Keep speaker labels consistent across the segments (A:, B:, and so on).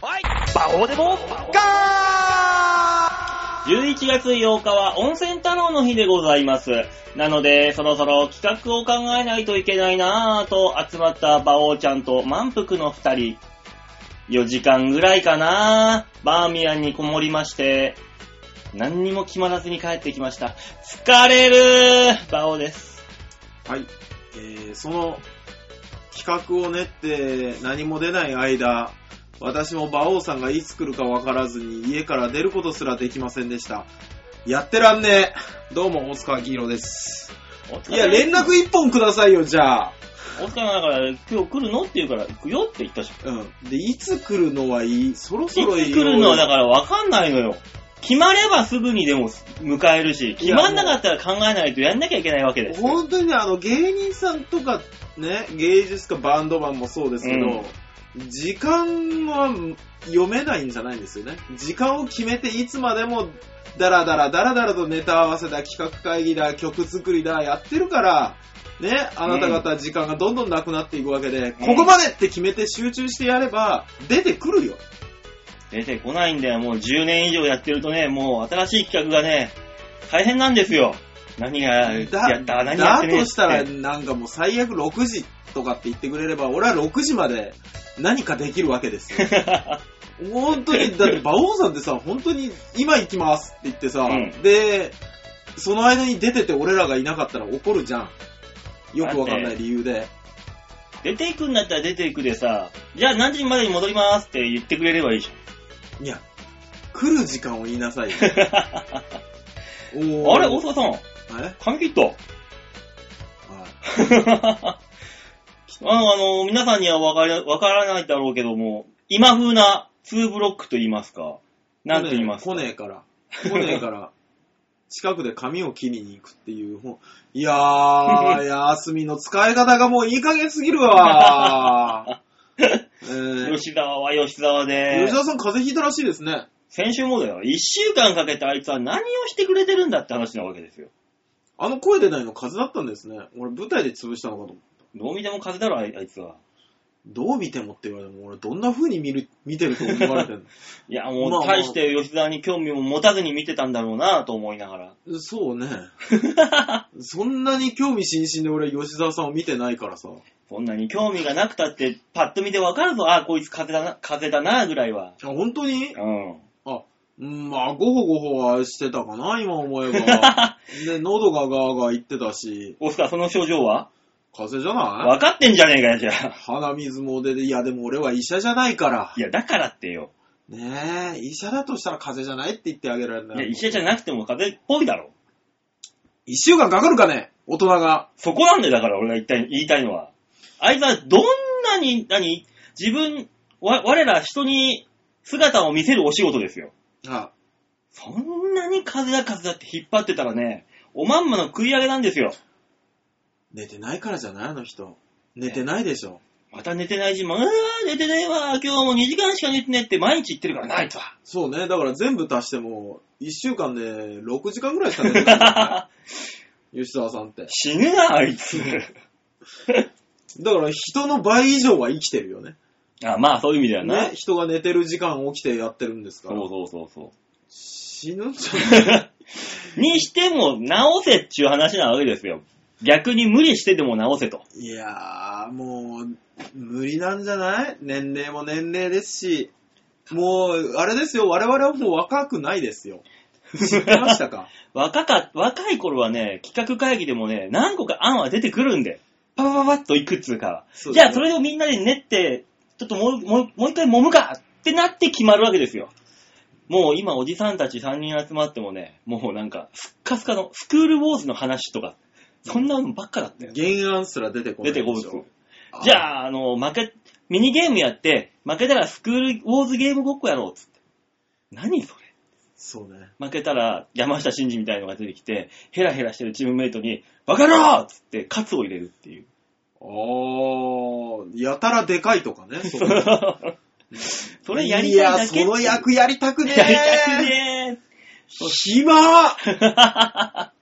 A: こうでも、ガー
B: 11月8日は温泉太郎の日でございます。なので、そろそろ企画を考えないといけないなぁと集まった馬王ちゃんと満腹の二人。4時間ぐらいかなぁ。バーミヤンにこもりまして、何にも決まらずに帰ってきました。疲れる馬王です。
C: はい。えー、その企画を練って何も出ない間、私も馬王さんがいつ来るかわからずに家から出ることすらできませんでした。やってらんねえ。どうも、大塚明宏です。
B: お疲
C: い
B: れ
C: や、連絡一本くださいよ、じゃあ。
B: お疲れだから、今日来るのって言うから、行くよって言ったじゃん。
C: うん。で、いつ来るのはいいそろそ
B: い
C: ろ
B: つ来るのはだ
C: か
B: から分かんないのよ。決まればすぐにでも迎えるし、決まんなかったら考えないとやんなきゃいけないわけですよ。
C: 本当にね、あの、芸人さんとか、ね、芸術家、バンドマンもそうですけど、時間は読めないんじゃないんですよね。時間を決めて、いつまでも、ダラダラダラダラとネタ合わせだ、企画会議だ、曲作りだ、やってるから、ね、あなた方時間がどんどんなくなっていくわけで、ここまでって決めて集中してやれば、出てくるよ。
B: 出てこないんだよ。もう10年以上やってるとね、もう新しい企画がね、大変なんですよ。何がやった
C: だ、
B: 何やってねえっ
C: だと
B: つっ
C: したら、
B: て
C: なんかもう最悪6時とかって言ってくれれば、俺は6時まで何かできるわけですよ。本当に、だって馬王さんってさ、本当に今行きますって言ってさ、
B: うん
C: で、その間に出てて俺らがいなかったら怒るじゃん。よくわかんない理由で。
B: 出ていくんだったら出ていくでさ、じゃあ何時までに戻りますって言ってくれればいいじ
C: いや、来る時間を言い なさいよ。
B: ゃん。
C: お
B: あ
C: ー
B: れ、大阪さん、
C: えはい
B: 髪切った あの、あの、皆さんにはわかりわからないだろうけども、今風な2ブロックと言いますか、なんと言いますか。
C: 来ねえから。来ね えから。近くで髪を切りに行くっていう。もういや ー、休みの使い方がもういい加減すぎるわ ー。えー、
B: 吉沢は吉沢で
C: 吉、田さん風邪ひいたらしいですね。
B: 先週もだよ、1週間かけてあいつは何をしてくれてるんだって話なわけですよ。
C: あの声出ないの風邪だったんですね。俺舞台で潰したのかと思った。
B: どう見ても風邪だろ、あいあいつは。
C: どう見てもって言われても、俺どんな風に見る、見てると思われてる
B: いや、
C: ま
B: も
C: あ
B: う、
C: まあ
B: 大して吉沢に興味を持たずに見てたんだろうなと思いながら。
C: の。そうね。 そんなに興味津々で俺吉沢さんを見てないからさ。
B: そんなに興味がなくたって、パッと見てわかるぞ、あ、こいつ風邪だな、風邪だな、ぐらいは。
C: あ本当に
B: うん。
C: うん、まあ、ごほごほはしてたかな、今思えば。で、喉がガーガー言ってたし、
B: オスカー、その症状は
C: 風邪じゃない
B: 分かってんじゃねえかよ、じゃあ。
C: 鼻水も出て、いや、でも俺は医者じゃないから
B: い。や、だからってよ。
C: ねえ、医者だとしたら風邪じゃないって言ってあげられない
B: や、
C: い。
B: 医者じゃなくても風邪っぽいだろ。
C: 一週間かかるかね大人が。
B: そこなんだよ、だから俺が言いたい言いたいのは。あいつはどんなに、何、自分、わ我ら人に姿を見せるお仕事ですよ。
C: あ、
B: そんなに風だ風だって引っ張ってたらね、おまんまの食い上げなんですよ。
C: 寝てないからじゃないあの人。寝てないでしょ。
B: また寝てない時も、うわー寝てないわー、今日もう2時間しか寝てねって毎日言ってるからな、あいつは。
C: そうね、だから全部足しても、一週間で6時間ぐらいしか寝てない から ね。吉沢さんって。
B: 死ぬな、あいつ。
C: だから人の倍以上は生きてるよね。
B: あ、まあ、そういう意味ではな。
C: ね、人が寝てる時間起きてやってるんですか
B: そ
C: ら。
B: うそうそうそう。
C: 死ぬんじゃない
B: にしても直せっちゅう話なわけですよ。逆に無理してでも直せと。
C: いやー、もう、無理なんじゃない年齢も年齢ですし、もう、あれですよ、我々はもう若くないで すよ。知ってましたか
B: 若か、若い頃はね、企画会議でもね、何個か案は出てくるんで、パパパパッといくっつうか。
C: そう
B: じ
C: だね
B: ゃあそれをみんなで練って、ちょっともう、もう、もう一回揉むかってなって決まるわけですよ。もう今おじさんたち3人集まってもね、もうなんか、すっかすかの、スクールウォーズの話とか、そんなのばっかだったよ。
C: 原案すら出てこな
B: 出
C: いで
B: て
C: しょ。
B: こず。じ
C: あ。
B: ゃあ、あの、負け、ミニゲームやって、負けたらスクールウォーズゲームごっこやろうっつって。何それ
C: そうね。
B: 負けたら山下真司みたいのが出てきて、ヘラヘラしてるチームメイトに、バカ野郎っつって、カツを入れるっていう。
C: あー、やたらでかい とかね。そこ
B: それやりたいだけって
C: や、その役やりたくね
B: や
C: ー。
B: りたくね
C: 暇
B: ー。
C: いや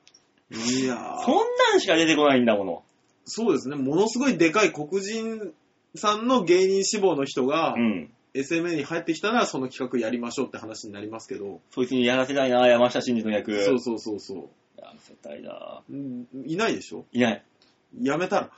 C: ー
B: そんなんしか出てこないんだもの。
C: そうですね、ものすごいでかい黒人さんの芸人志望の人が、
B: うん。
C: SMA に入ってきたらその企画やりましょうって話になりますけど、
B: そいつにやらせたいな、山下真司の役。
C: そうそうそうそう。
B: やらせたいな。
C: うんいないでしょ
B: いない。
C: やめたら。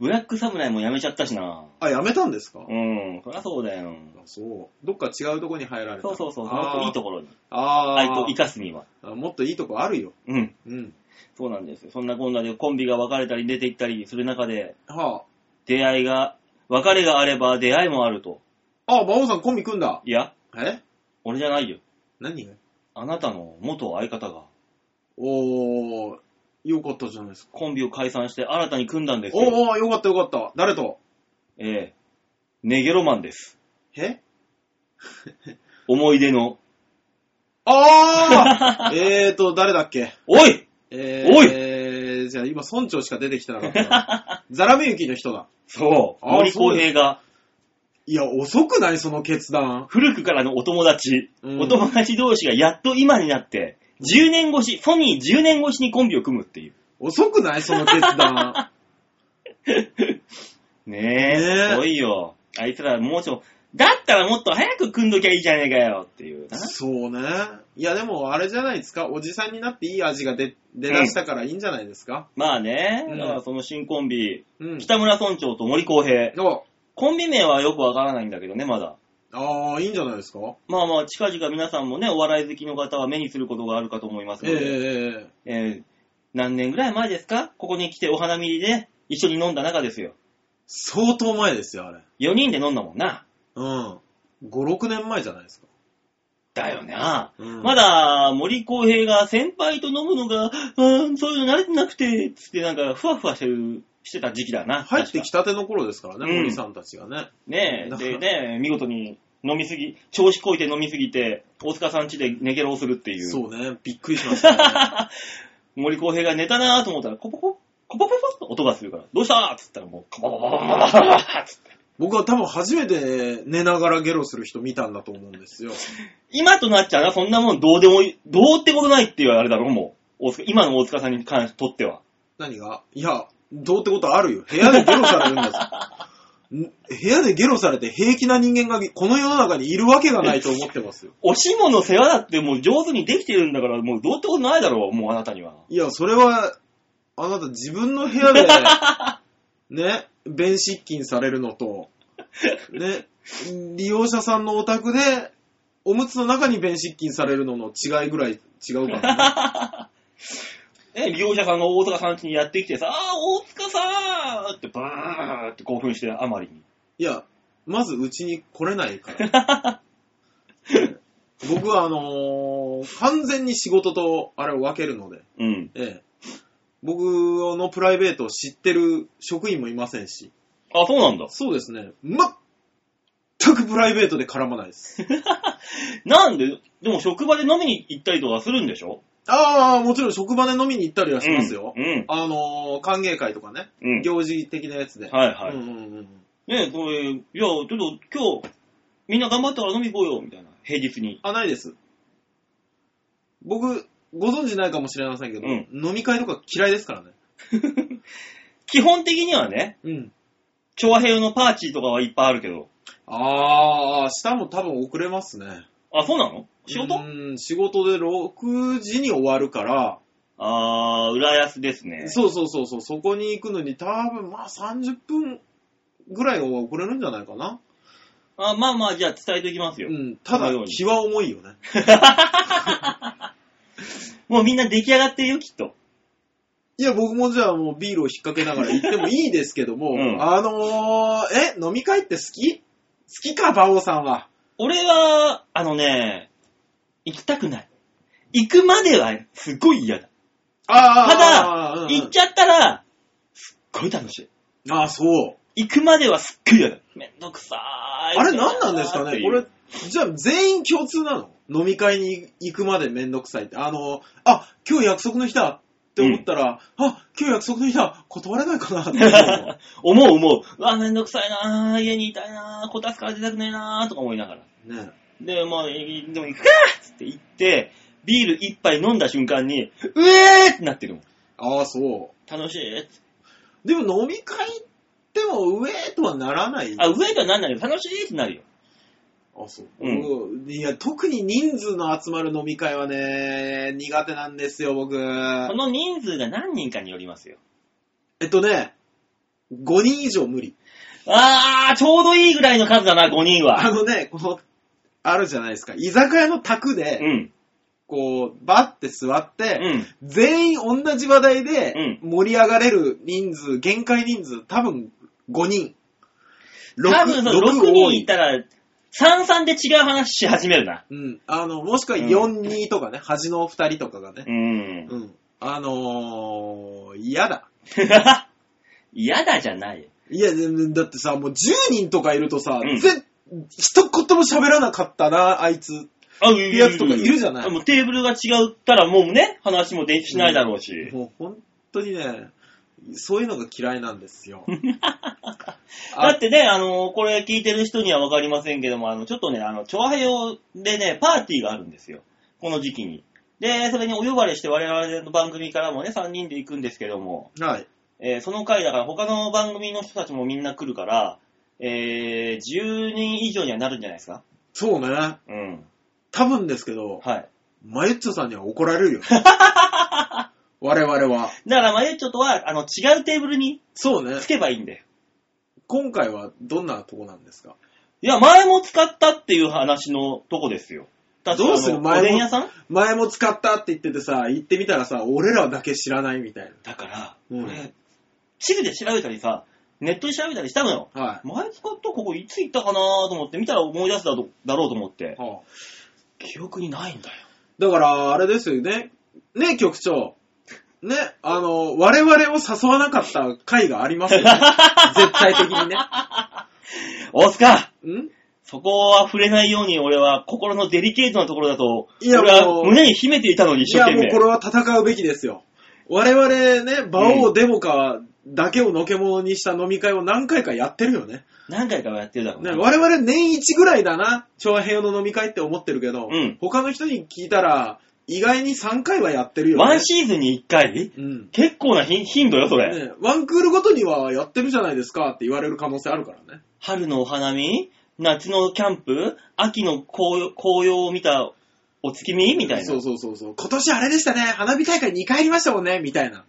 B: ブラックサムライもやめちゃったしな。
C: あ、やめたんですか、
B: うん、そりゃそうだよ。
C: あそう。どっか違うとこに入られた。
B: そうそうそう、もっ
C: あ
B: と
C: ー
B: いいところに。
C: あ
B: あいつ
C: ー
B: を生かすには。
C: あもっといいとこあるよ。
B: うん。
C: うん。
B: そうなんですよ。そんなこんなでコンビが別れたり出て行ったりする中で、
C: は
B: 出会いが、別れがあれば出会いもあると。
C: あ。あ、馬王さんコンビ組んだ。
B: いや、
C: え
B: 俺じゃないよ。
C: 何が
B: あなたの元相方が
C: おー、よかったじゃないですか。
B: コンビを解散して新たに組んだんですよ。
C: おー、よかったよかった。誰と
B: ええネゲロマンです。
C: え
B: 思い出の。
C: あーえーと、誰だっけ
B: おい
C: え
B: おい
C: えー、じゃあ今村長しか出てきてなかった な。ザラメユキの人だ。
B: そう。
C: あ
B: 森公平が
C: いや、遅くないその決断。
B: 古くからのお友達、
C: うん
B: お友達同士がやっと今になって、10年越し、ソニー10年越しにコンビを組むっていう。
C: 遅くないその決断。
B: ねえ、
C: ねえ
B: すごいよ。あいつらもうちょ、だったらもっと早く組んどきゃいいじゃ ねえかよっていうな。
C: そうね。いや、でも、あれじゃないですか。おじさんになっていい味が出、出だしたからいいんじゃないですか。
B: まあね、
C: うん
B: だからその新コンビ、
C: うん。
B: 北村村長と森公平。
C: あ
B: コンビ名はよくわからないんだけどね、まだ。
C: あー、いいんじゃないですか。
B: まあまあ、近々皆さんもね、お笑い好きの方は目にすることがあるかと思います
C: え
B: の
C: え
B: で、
C: え
B: えー何年ぐらい前ですかここに来てお花見で一緒に飲んだ中ですよ。
C: 相当前ですよ、あれ。
B: 4人で飲んだもんな。
C: うん。5、6年前じゃないですか。
B: だよな。
C: うん
B: まだ、森公平が先輩と飲むのが、うーん、そういうの慣れてなくて、つってなんか、ふわふわしてる、してた時期だな。
C: 入ってき
B: た。
C: たての頃ですからね、
B: うん
C: 森さんたちがね。
B: ねえ、
C: だか
B: で
C: ら
B: ね、見事に飲みすぎ、調子こいて飲みすぎて、大塚さん家で寝ゲロをするっていう。
C: そうね、びっくりし ましたね。
B: 森公平が寝たなと思ったら、コポコ、コポポポって音がするから、どうしたっつったらもう、カパパパパパパパつって。
C: 僕は多分初めて寝ながらゲロする人見たんだと思うんですよ。
B: 今となっちゃうな、そんなもんどうでもいい、どうってことないって言われるだろ、もう。大塚今の大塚さんに関してとっては。
C: 何がいや、どうってことあるよ。部屋でゲロされるんですよ。ん部屋でゲロされて平気な人間がこの世の中にいるわけがないと思ってますよ。
B: おしもの世話だってもう上手にできてるんだから、もうどうってことないだろう、もうあなたには。
C: いや、それは、あなた自分の部屋で、ね、便失禁されるのと、ね、利用者さんのお宅で、おむつの中に便失禁されるのの違いぐらい違うからね。
B: ね、利用者さんが大塚さん家にやってきてさ、あー、大塚さんってバーンって興奮してあまりに。
C: いや、まずうちに来れないから。僕はあのー完全に仕事とあれを分けるので、
B: うん。
C: ええ、僕のプライベートを知ってる職員もいませんし、
B: あ、そうなんだ。
C: そうですね、全くプライベートで絡まないです。
B: なんで、でも職場で飲みに行ったりとかするんでしょ
C: ああ、もちろん職場で飲みに行ったりはしますよ。
B: うん。
C: あのー歓迎会とかね、
B: うん。
C: 行事的なやつで。
B: はいはい。
C: うんうんうん
B: ねえ、これ、いや、ちょっと今日、みんな頑張ったから飲み行こうよ、みたいな。平日に。
C: あ、ないです。僕、ご存知ないかもしれませんけど、
B: うん
C: 飲み会とか嫌いですからね。
B: 基本的にはね、
C: うん。
B: 調和平和のパーチーとかはいっぱいあるけど。
C: ああ、明日も多分遅れますね。
B: あ、そうなの仕事、
C: うん、仕事で6時に終わるから、
B: あー、浦安ですね。
C: そうそうそうそう、そこに行くのに多分まあ30分ぐらいは遅れるんじゃないかな。
B: あまあまあ、じゃあ伝えておきます
C: う
B: よ。
C: ん、た
B: こ
C: だ
B: のように
C: 気は重いよね。
B: もうみんな出来上がってるよ、きっと。
C: いや、僕もじゃあもうビールを引っ掛けながら行ってもいいですけども、
B: うん
C: あのー、え、飲み会って好き好きか、馬王さんは。
B: 俺は、あのね、行きたくない。行くまではすごい嫌だ。
C: ああ、
B: 行っちゃったら、すっごい楽しい。
C: ゃああ、そう。
B: 行くまではすっごい嫌だ。めんどくさーい。
C: あれ何なんですか
B: って
C: ね
B: いう
C: これ、じゃあ全員共通なの飲み会に行くまでめんどくさいって。あの、あ、今日約束の日だって思ったら、あ、今日約束の日だ断れないかな って思うの
B: 思う思う。うわ、めんどくさいなぁ、家にいたいなぁ、こたつから出たくねえなぁ、とか思いながら。
C: ね
B: で、まあ、いでも行くかっつって行って、ビール一杯飲んだ瞬間に、うえーってなってるもん。
C: ああ、そ
B: 楽しいっつって
C: う。でも飲み会行っても上とはならない。
B: あ、うえーとはなんないけど、楽しいってなるよ。
C: あ、そう。
B: うん
C: 僕いや、特に人数の集まる飲み会はね、苦手なんですよ、僕。
B: その人数が何人かによりますよ。
C: えっとね、5人以上無理。
B: あー、ちょうどいいぐらいの数だな、5人
C: あ
B: は。
C: のね、この、あるじゃないですか。居酒屋の卓で、
B: うん。
C: こう、バッて座って、
B: うん。
C: 全員同じ話題で
B: う
C: 盛り上がれる人数、限界人数、多分5人。六
B: 多分その
C: 六
B: 6
C: 多
B: 人いたら、33で違う話し始めるな。
C: うん。あの、もしくは
B: うん
C: 4、2とかね、端の2人とかがね
B: う。ん
C: う。ん。あのー、嫌だ。
B: 嫌だじゃないよ。
C: いや、でだってさ、もう10人とかいるとさ、
B: うん
C: ぜ一言も喋らなかったな、あいつ。
B: あ、い
C: やつとかいるじゃない
B: もうテーブルが違ったらもうね、話もできしないだろうし。
C: もう本当にね、そういうのが嫌いなんですよ。
B: だってね、あの、これ聞いてる人にはわかりませんけども、あの、ちょっとね、あの、調和用でね、パーティーがあるんですよ。この時期に。で、それにお呼ばれして我々の番組からもね、3人で行くんですけども、
C: はい。
B: えーその回だから他の番組の人たちもみんな来るから、えー、10人以上にはなるんじゃないですか
C: そうね。
B: うん。
C: 多分ですけど、
B: はい。
C: マユッチョさんには怒られ るよ。我々は。
B: だから、まあ、えちょっとは、あの、違うテーブルに
C: そうね
B: つ。けばいいんだよ。
C: 今回はどんなとこなんですか
B: いや、前も使ったっていう話のとこですよ。確か
C: どうす
B: あ
C: る
B: の
C: 前も
B: おでん屋さん
C: 前も使ったって言っててさ、行ってみたらさ、俺らだけ知らないみたい
B: だから、
C: うん
B: これ、地図で調べたりさ、ネットで調べたりしたのよ。
C: な。は
B: 前使ったここいつ行ったかなと思って、見たら思い出すだろだろうと思って
C: い。、はあ
B: 記憶にないんだよ。
C: だから、あれですよね。ね、局長。ね、あの、我々を誘わなかった回があり ますよ、ね。絶対的にね。
B: 大塚
C: ん
B: そこは触れないように俺は心のデリケートなところだと、
C: いや
B: 俺
C: も
B: は
C: う
B: 胸に秘めていたのに
C: い
B: 一生
C: や、
B: 懸
C: もう
B: 命。
C: これは戦うべきですよ。我々ね、馬王デモカだけをのけものにした飲み会を何回かやってるよね。
B: 何回かはやってるだろう
C: ね
B: な。
C: 我々年一ぐらいだな、長平の飲み会って思ってるけど、
B: うん
C: 他の人に聞いたら、意外に3回はやってるよね。
B: ワンシーズンに1回
C: うん。
B: 結構な頻頻度よ、それ。
C: ね、ワンクールごとにはやってるじゃないですかって言われる可能性あるからね。
B: 春のお花見夏のキャンプ秋の紅紅葉を見たお月見みたいな。
C: そうそうそうそう。今年あれでしたね、花火大会2回やりましたもんね、みたいな。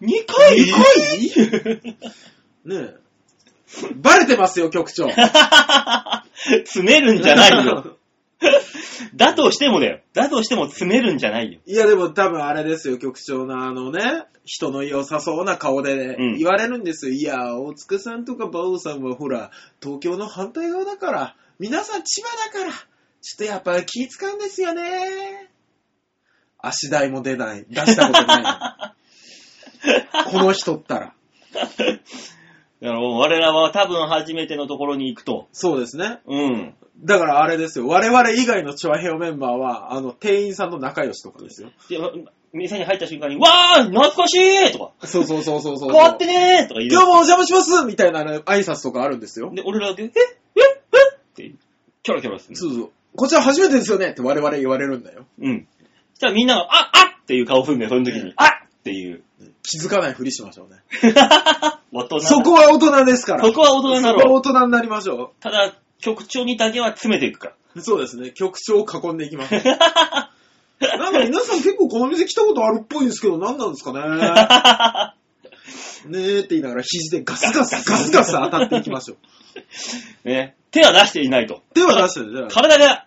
B: 2回
C: 二ねえ。バレてますよ、局長。
B: 詰めるんじゃないよ。だとしてもだよ。だとしても詰めるんじゃないよ。
C: いや、でも多分あれですよ、局長のあのね、人の良さそうな顔で、ね
B: うん
C: 言われるんですよ。いや、大塚さんとか馬王さんはほら、東京の反対側だから、皆さん千葉だから、ちょっとやっぱ気使うんですよね。足代も出ない、出したこ とない。この人ったら。
B: だからもう我らは多分初めてのところに行くと。
C: そうですね。
B: うん。
C: だからあれですよ、我々以外のチョアヘオメンバーは、あの、店員さんの仲良しとかですよ。
B: で店に入った瞬間に、わー懐かしいとか、
C: そうそうそうそうそう。
B: 変わってねーとか言
C: 今日
B: う。
C: もお邪魔しますみたいなね挨拶とかあるんですよ。
B: で、俺らだけ、えええって、キョロキョロする。
C: そうそう。こちら初めてですよねって我々言われるんだよ。
B: うん。そしたらみんなが、ああっていう顔するんだよ、その時
C: う
B: に
C: ん。
B: あっていう。
C: 気づかないふりしましょうね。
B: 大人
C: そこは大人ですから。
B: そこは大人だ
C: そこは
B: ろ
C: 大
B: う。
C: 人になりましょ
B: ただ、局長にだけは詰めていくから。
C: う。そうですね。局長を囲んでいき ます。 なんか皆さん結構この店来たことあるっぽいんですけど、何なんですか ねねえって言いながら肘でガスガスガスガス当たっていきましょう。
B: ね。手は出していないと。
C: 手は出してるじゃ
B: 体が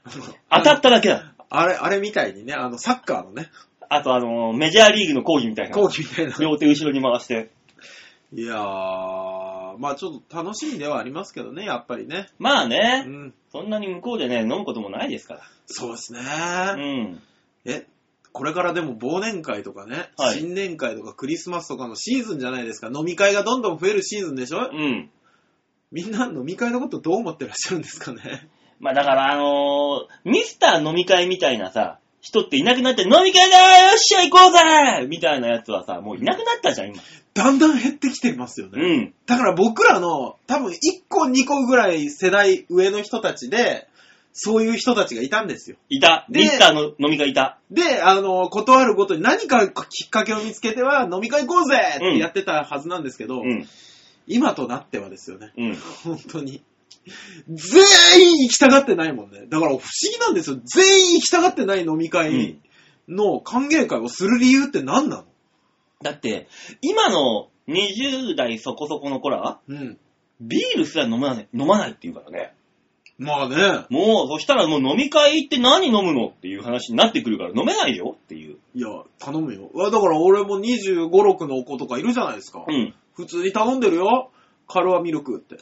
C: あ
B: 当たっただけだ。
C: あれ、あれみたいにね、あの、サッカーのね、
B: あと、あの、メジャーリーグの講義みたいな。
C: 講義みたいな。
B: 両手後ろに回して。
C: いやー、まあちょっと楽しみではありますけどね、やっぱりね。
B: まあ
C: う
B: ね、
C: ん。
B: そんなに向こうでね、飲むこともないですか
C: そうですね。
B: ら。うん。
C: え、これからでも忘年会とかね、
B: はい
C: 新年会とかクリスマスとかのシーズンじゃないですか。飲み会がどんどん増えるシーズンでしょ
B: うん。
C: みんな飲み会のことどう思ってらっしゃるんですかね。
B: まあだから、あのーミスター飲み会みたいなさ、人っていなくなって、飲み会だーよっしゃ行こうぜみたいなやつはさ、もういなくなったじゃん、今。
C: だんだん減ってきてますよ
B: う
C: ね。
B: ん。
C: だから僕らの多分1個2個ぐらい世代上の人たちで、そういう人たちがいたんですよ。
B: いた。
C: で
B: ミスターの飲み会いた。
C: で、あの、断るごとに何かきっかけを見つけては飲み会行こうぜってやってたはずなんですけど、
B: うん。
C: 今となってはですよね。
B: うん。
C: 本当に。全員行きたがってないもんね。だから不思議なんですよ。全員行きたがってない飲み会の歓迎会をする理由って何なの
B: だって、今の20代そこそこの子ら、
C: うん。
B: ビールすら飲まない、飲まないって言うからね。
C: まあね。
B: もう、そしたらもう飲み会行って何飲むのっていう話になってくるから、飲めないよっていう。
C: いや、頼むよ。うわだから俺も25、6の子とかいるじゃないですか。
B: うん。
C: 普通に頼んでるよ。カルアミルクって。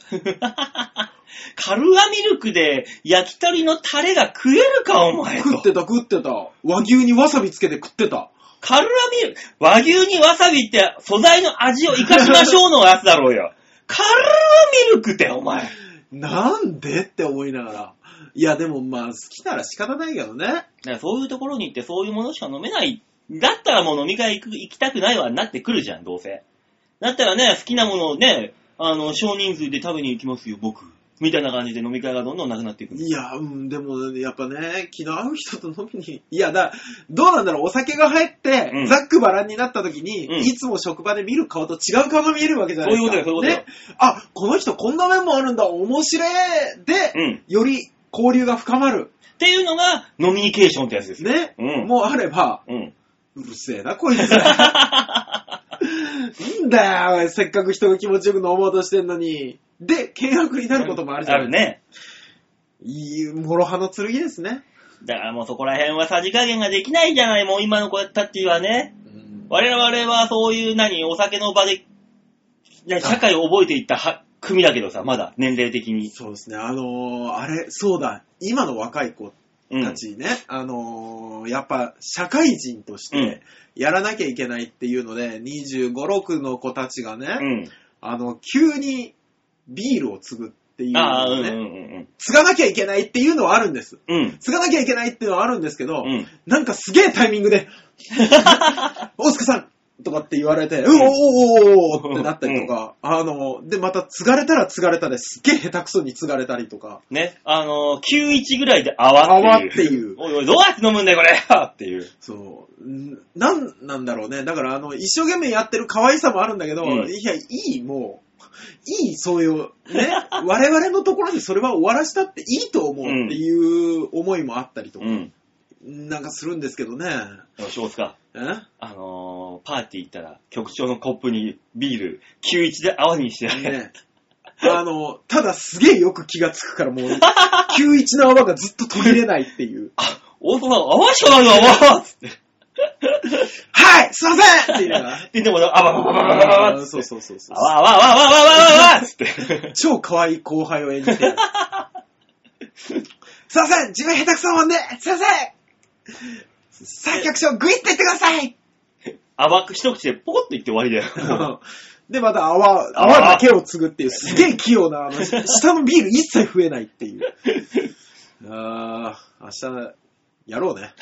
B: カルアミルクで焼き鳥のタレが食えるか、お前
C: 食っ
B: と。
C: てた食ってた。和牛にわさびつけて食ってた。
B: カルアミルク、和牛にわさびって素材の味を活かしましょうのやつだろうよ。カルアミルクって、お前。
C: なんでって思いながら。いや、でもまあ、好きなら仕方ないけどね。
B: だからそういうところに行ってそういうものしか飲めない。だったらもう飲み会行く行きたくないわになってくるじゃん、どうせ。だったらね、好きなものをね、あの、少人数で食べに行きますよ、僕。みたいな感じで飲み会がどんどんなくなっていくんです。
C: いや、うん、でも、やっぱね、気の合う人と飲みに。いや、だ、どうなんだろう、お酒が入って、
B: うん
C: ざっくばらんになった時に、
B: うん
C: いつも職場で見る顔と違う顔が見えるわけじゃないですか。
B: そういうことだよそういう
C: ね。あ、この人こんな面もあるんだ、面白いで、
B: うん。
C: より交流が深まる。
B: っていうのが、ノミニケーションってやつですよ。
C: ね。
B: うん
C: もうあれば、
B: うん。
C: うるせえな、こいつ。なんだよおい、せっかく人が気持ちよく飲もうとしてんのに。で、険悪になることもあるじゃ
B: あ
C: ない
B: るね。
C: いい、諸刃の剣ですね。
B: だからもうそこら辺はさじ加減ができないじゃない、もう今の子たちはね。我々はそういう何、お酒の場で、ね社会を覚えていったは組だけどさ、まだ、年齢的に。
C: そうですね、あのーあれ、そうだ、今の若い子
B: うん。
C: たちね、あのーやっぱ社会人とし
B: うん
C: てやらなきゃいけないっていうので、25、6の子たちがね、
B: うん。
C: あの、急にビールを継ぐっていう
B: ああ、う
C: のを
B: んうん
C: ね、
B: うん
C: 継がなきゃいけないっていうのはあるんです。
B: うん。うん。
C: 継がなきゃいけないっていうのはあるんですけど、
B: うん。
C: なんかすげえタイミングで、大塚さんとかって言われて、うん、おーおーおーおーってなったりとか、あの、で、また継がれたら継がれたですっげえ下手くそに継がれたりとか、
B: ね、あのー、91ぐらいで泡っていう。
C: 泡
B: おいおい、どうやって飲むんだよ、これっていう。
C: そう、んなんなんだろうね。だから、あの、一生懸命やってる可愛さもあるんだけど、
B: うん
C: いや、いい、もう、いい、そういう、 ね、我々のところでそれは終わらしたっていいと思うっていう思いもあったりとか、
B: うん。
C: なんかするんですけどね。
B: どうしますか。
C: え
B: あのー、パーティー行ったら、局長のコップにビール、91で泡にしてあげる。
C: ね、あの、ただすげえよく気がつくからもう、91の泡がずっと途切れないっていう。
B: 大人さん、泡しかないの、泡つって。
C: はいすいませんって言いながら。
B: で、でも、泡、泡、泡、泡、泡、泡、
C: そうそうそうそう。
B: 泡、泡、泡、泡、泡、泡、つって。
C: 超可愛い後輩を演じてやる。すいません自分下手くそもんで、すいません作曲賞グイッと言ってください
B: 泡、一口でポコッといって終わりだよ。
C: で、また泡、泡だけを継ぐっていう、すげえ器用な、あの、下のビール一切増えないっていう。あー、明日、やろうね。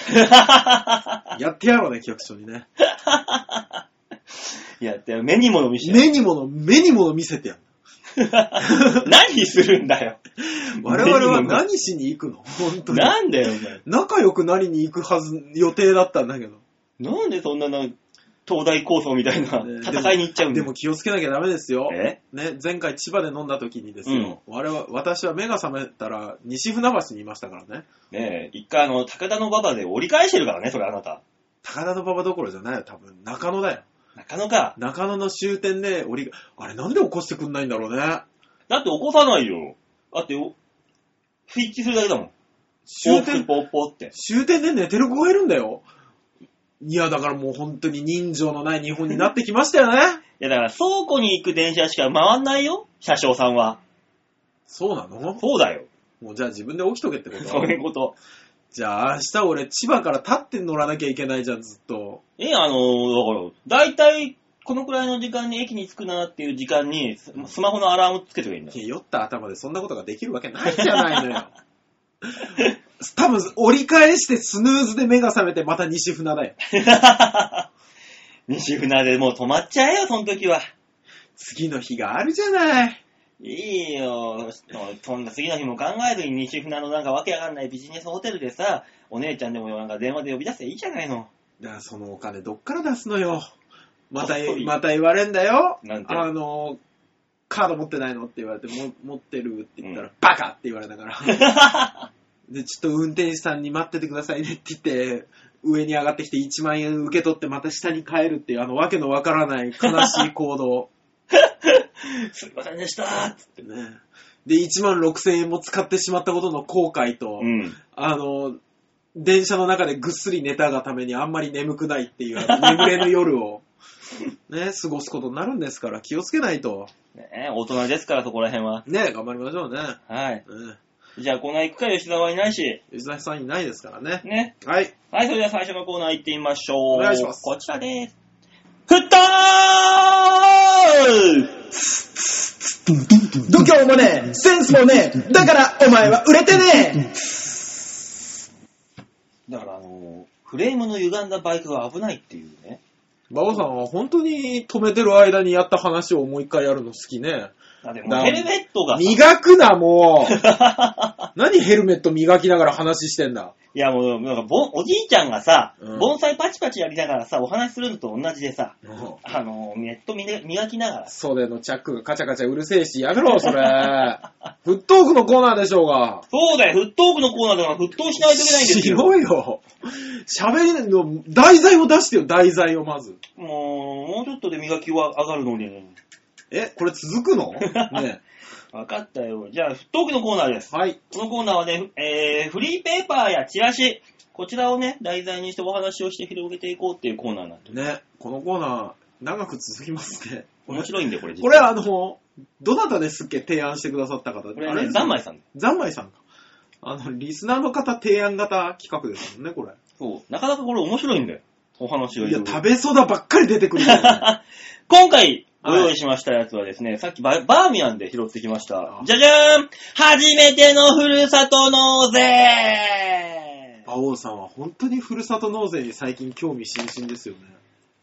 C: やってやろうね、企画書にね。
B: いや、でも目に物見せて。
C: 目にもの、目にもの見せてやる。
B: 何するんだよ。
C: 我々は
B: 目に物
C: 何しに行くの本当に。
B: なんだよ、お前。
C: 仲良くなりに行くはず、予定だったんだけど。
B: なんでそんなな、東大構想みたいな
C: ね
B: 戦いに行っちゃうんだ
C: で
B: よ
C: も。気をつけなきゃダメですよ。
B: え
C: ね、前回千葉で飲んだ時にですよ、我々、私は目が覚めたら西船橋にいましたからね。
B: ねえ、一回あの、高田の馬場で折り返してるからね、それあなた。
C: 高田の馬場どころじゃないよ、多分。中野だよ。
B: 中野か。
C: 中野の終点で折り、あれなんで起こしてくんないんだろうね。
B: だって起こさないよ。だってお、スイッチするだけだもん。
C: 終点、
B: ポーポーって。
C: 終点で寝てる子がいるんだよ。いや、だからもう本当に人情のない日本になってきました よね。
B: いやだから倉庫に行く電車しか回んないよ、車掌さんは。
C: そうなの
B: そうだよ。
C: もうじゃあ自分で起きとけってこ
B: そ
C: と
B: ういうこと。
C: じゃあ明日俺千葉から立って乗らなきゃいけないじゃん、ずっと。
B: え、あのー、だから、だいたいこのくらいの時間に駅に着くなっていう時間に、ススマホのアラームつけてけばいい んだよ。
C: 酔った頭でそんなことができるわけないじゃないの よ。多分、折り返してスヌーズで目が覚めてまた西船だよ。
B: 西船でもう止まっちゃえよ、その時は。
C: 次の日があるじゃない。
B: いいよ、そんな次の日も考えずに西船のなんかわけわかんないビジネスホテルでさ、お姉ちゃんでもなんか電話で呼び出せばいいじゃないの。
C: だからそのお金どっから出すのよ。また
B: こっそ、り
C: また言われんだよ。
B: なんて
C: あの、カード持ってないのって言われて、も持ってるって言ったら、
B: うん
C: バカって言われたから。 で、ちょっと運転手さんに待っててくださいねって言って、上に上がってきて1万円受け取ってまた下に帰るっていう、あの、わけのわからない悲しい行 動。
B: すいませんでしたーっつって。
C: ねで、1万6千円も使ってしまったことの後悔と、
B: うん。
C: あの、電車の中でぐっすり寝たがためにあんまり眠くないっていう、あの眠れぬ 夜を、ね、過ごすことになるんですから、気をつけないと。
B: ねえ大人ですから、そこら辺は。
C: ね、頑張りましょうね。
B: はい。
C: うん
B: じゃあ、コーナー行くか、吉沢いないし。
C: 吉田さんいないですからね。
B: ね。
C: はい。
B: はい、それでは最初のコーナー行ってみましょう。
C: お願いします
B: こちらです。フットー
A: 度胸もねえ、センスもねえ、だからお前は売れてね
B: だから、あの、フレームの歪んだバイクが危ないっていうね。
C: 馬王さんは本当に止めてる間にやった話をもう一回やるの好 きね。
B: だっても
C: な
B: うヘルメットがさ、
C: 磨くな、もう。何ヘルメット磨きながら話して んだ。
B: いやもう、なんかぼん、おじいちゃんがさ、
C: うん
B: 盆栽パチパチやりながらさ、お話しするのと同じでさ、あの、ネットみね磨きながらさ、
C: 袖のチャックがカチャカチャうるせえし、やめろ、そ れ。フットオフのコーナーでしょうが。
B: そうだよ、フットオークのコーナーだから沸騰しないといけないんです
C: し
B: よ。
C: ろよ。喋りの、題材を出してよ、題材をまず。
B: もう、もうちょっとで磨きは上がるのに。
C: え、これ続くの ね。
B: わかったよ。じゃあ、フットオークのコーナーです。
C: はい。
B: このコーナーはね、えー、フリーペーパーやチラシ、こちらをね、題材にしてお話をして広げていこうっていうコーナーなんで。
C: ね、このコーナー、長く続きますね。
B: 面白いんだよ、これ。
C: これ、あの、どなたですっけ提案してくださった方。
B: これ
C: あ
B: ね、
C: れ
B: 三枚さん。
C: ざんまいさんか。あの、リスナーの方提案型企画ですもんね、これ。
B: そう。なかなかこれ面白いんだよ。お話が
C: いや、
B: ろろ
C: 食べそだばっかり出てくるよね。
B: 今回、ご用意しましたやつはですね、さっきババーミヤンで拾ってきました
C: あ。
B: じゃじゃーん初めてのふるさと納税
C: 馬王さんは本当にふるさと納税に最近興味津々ですよね。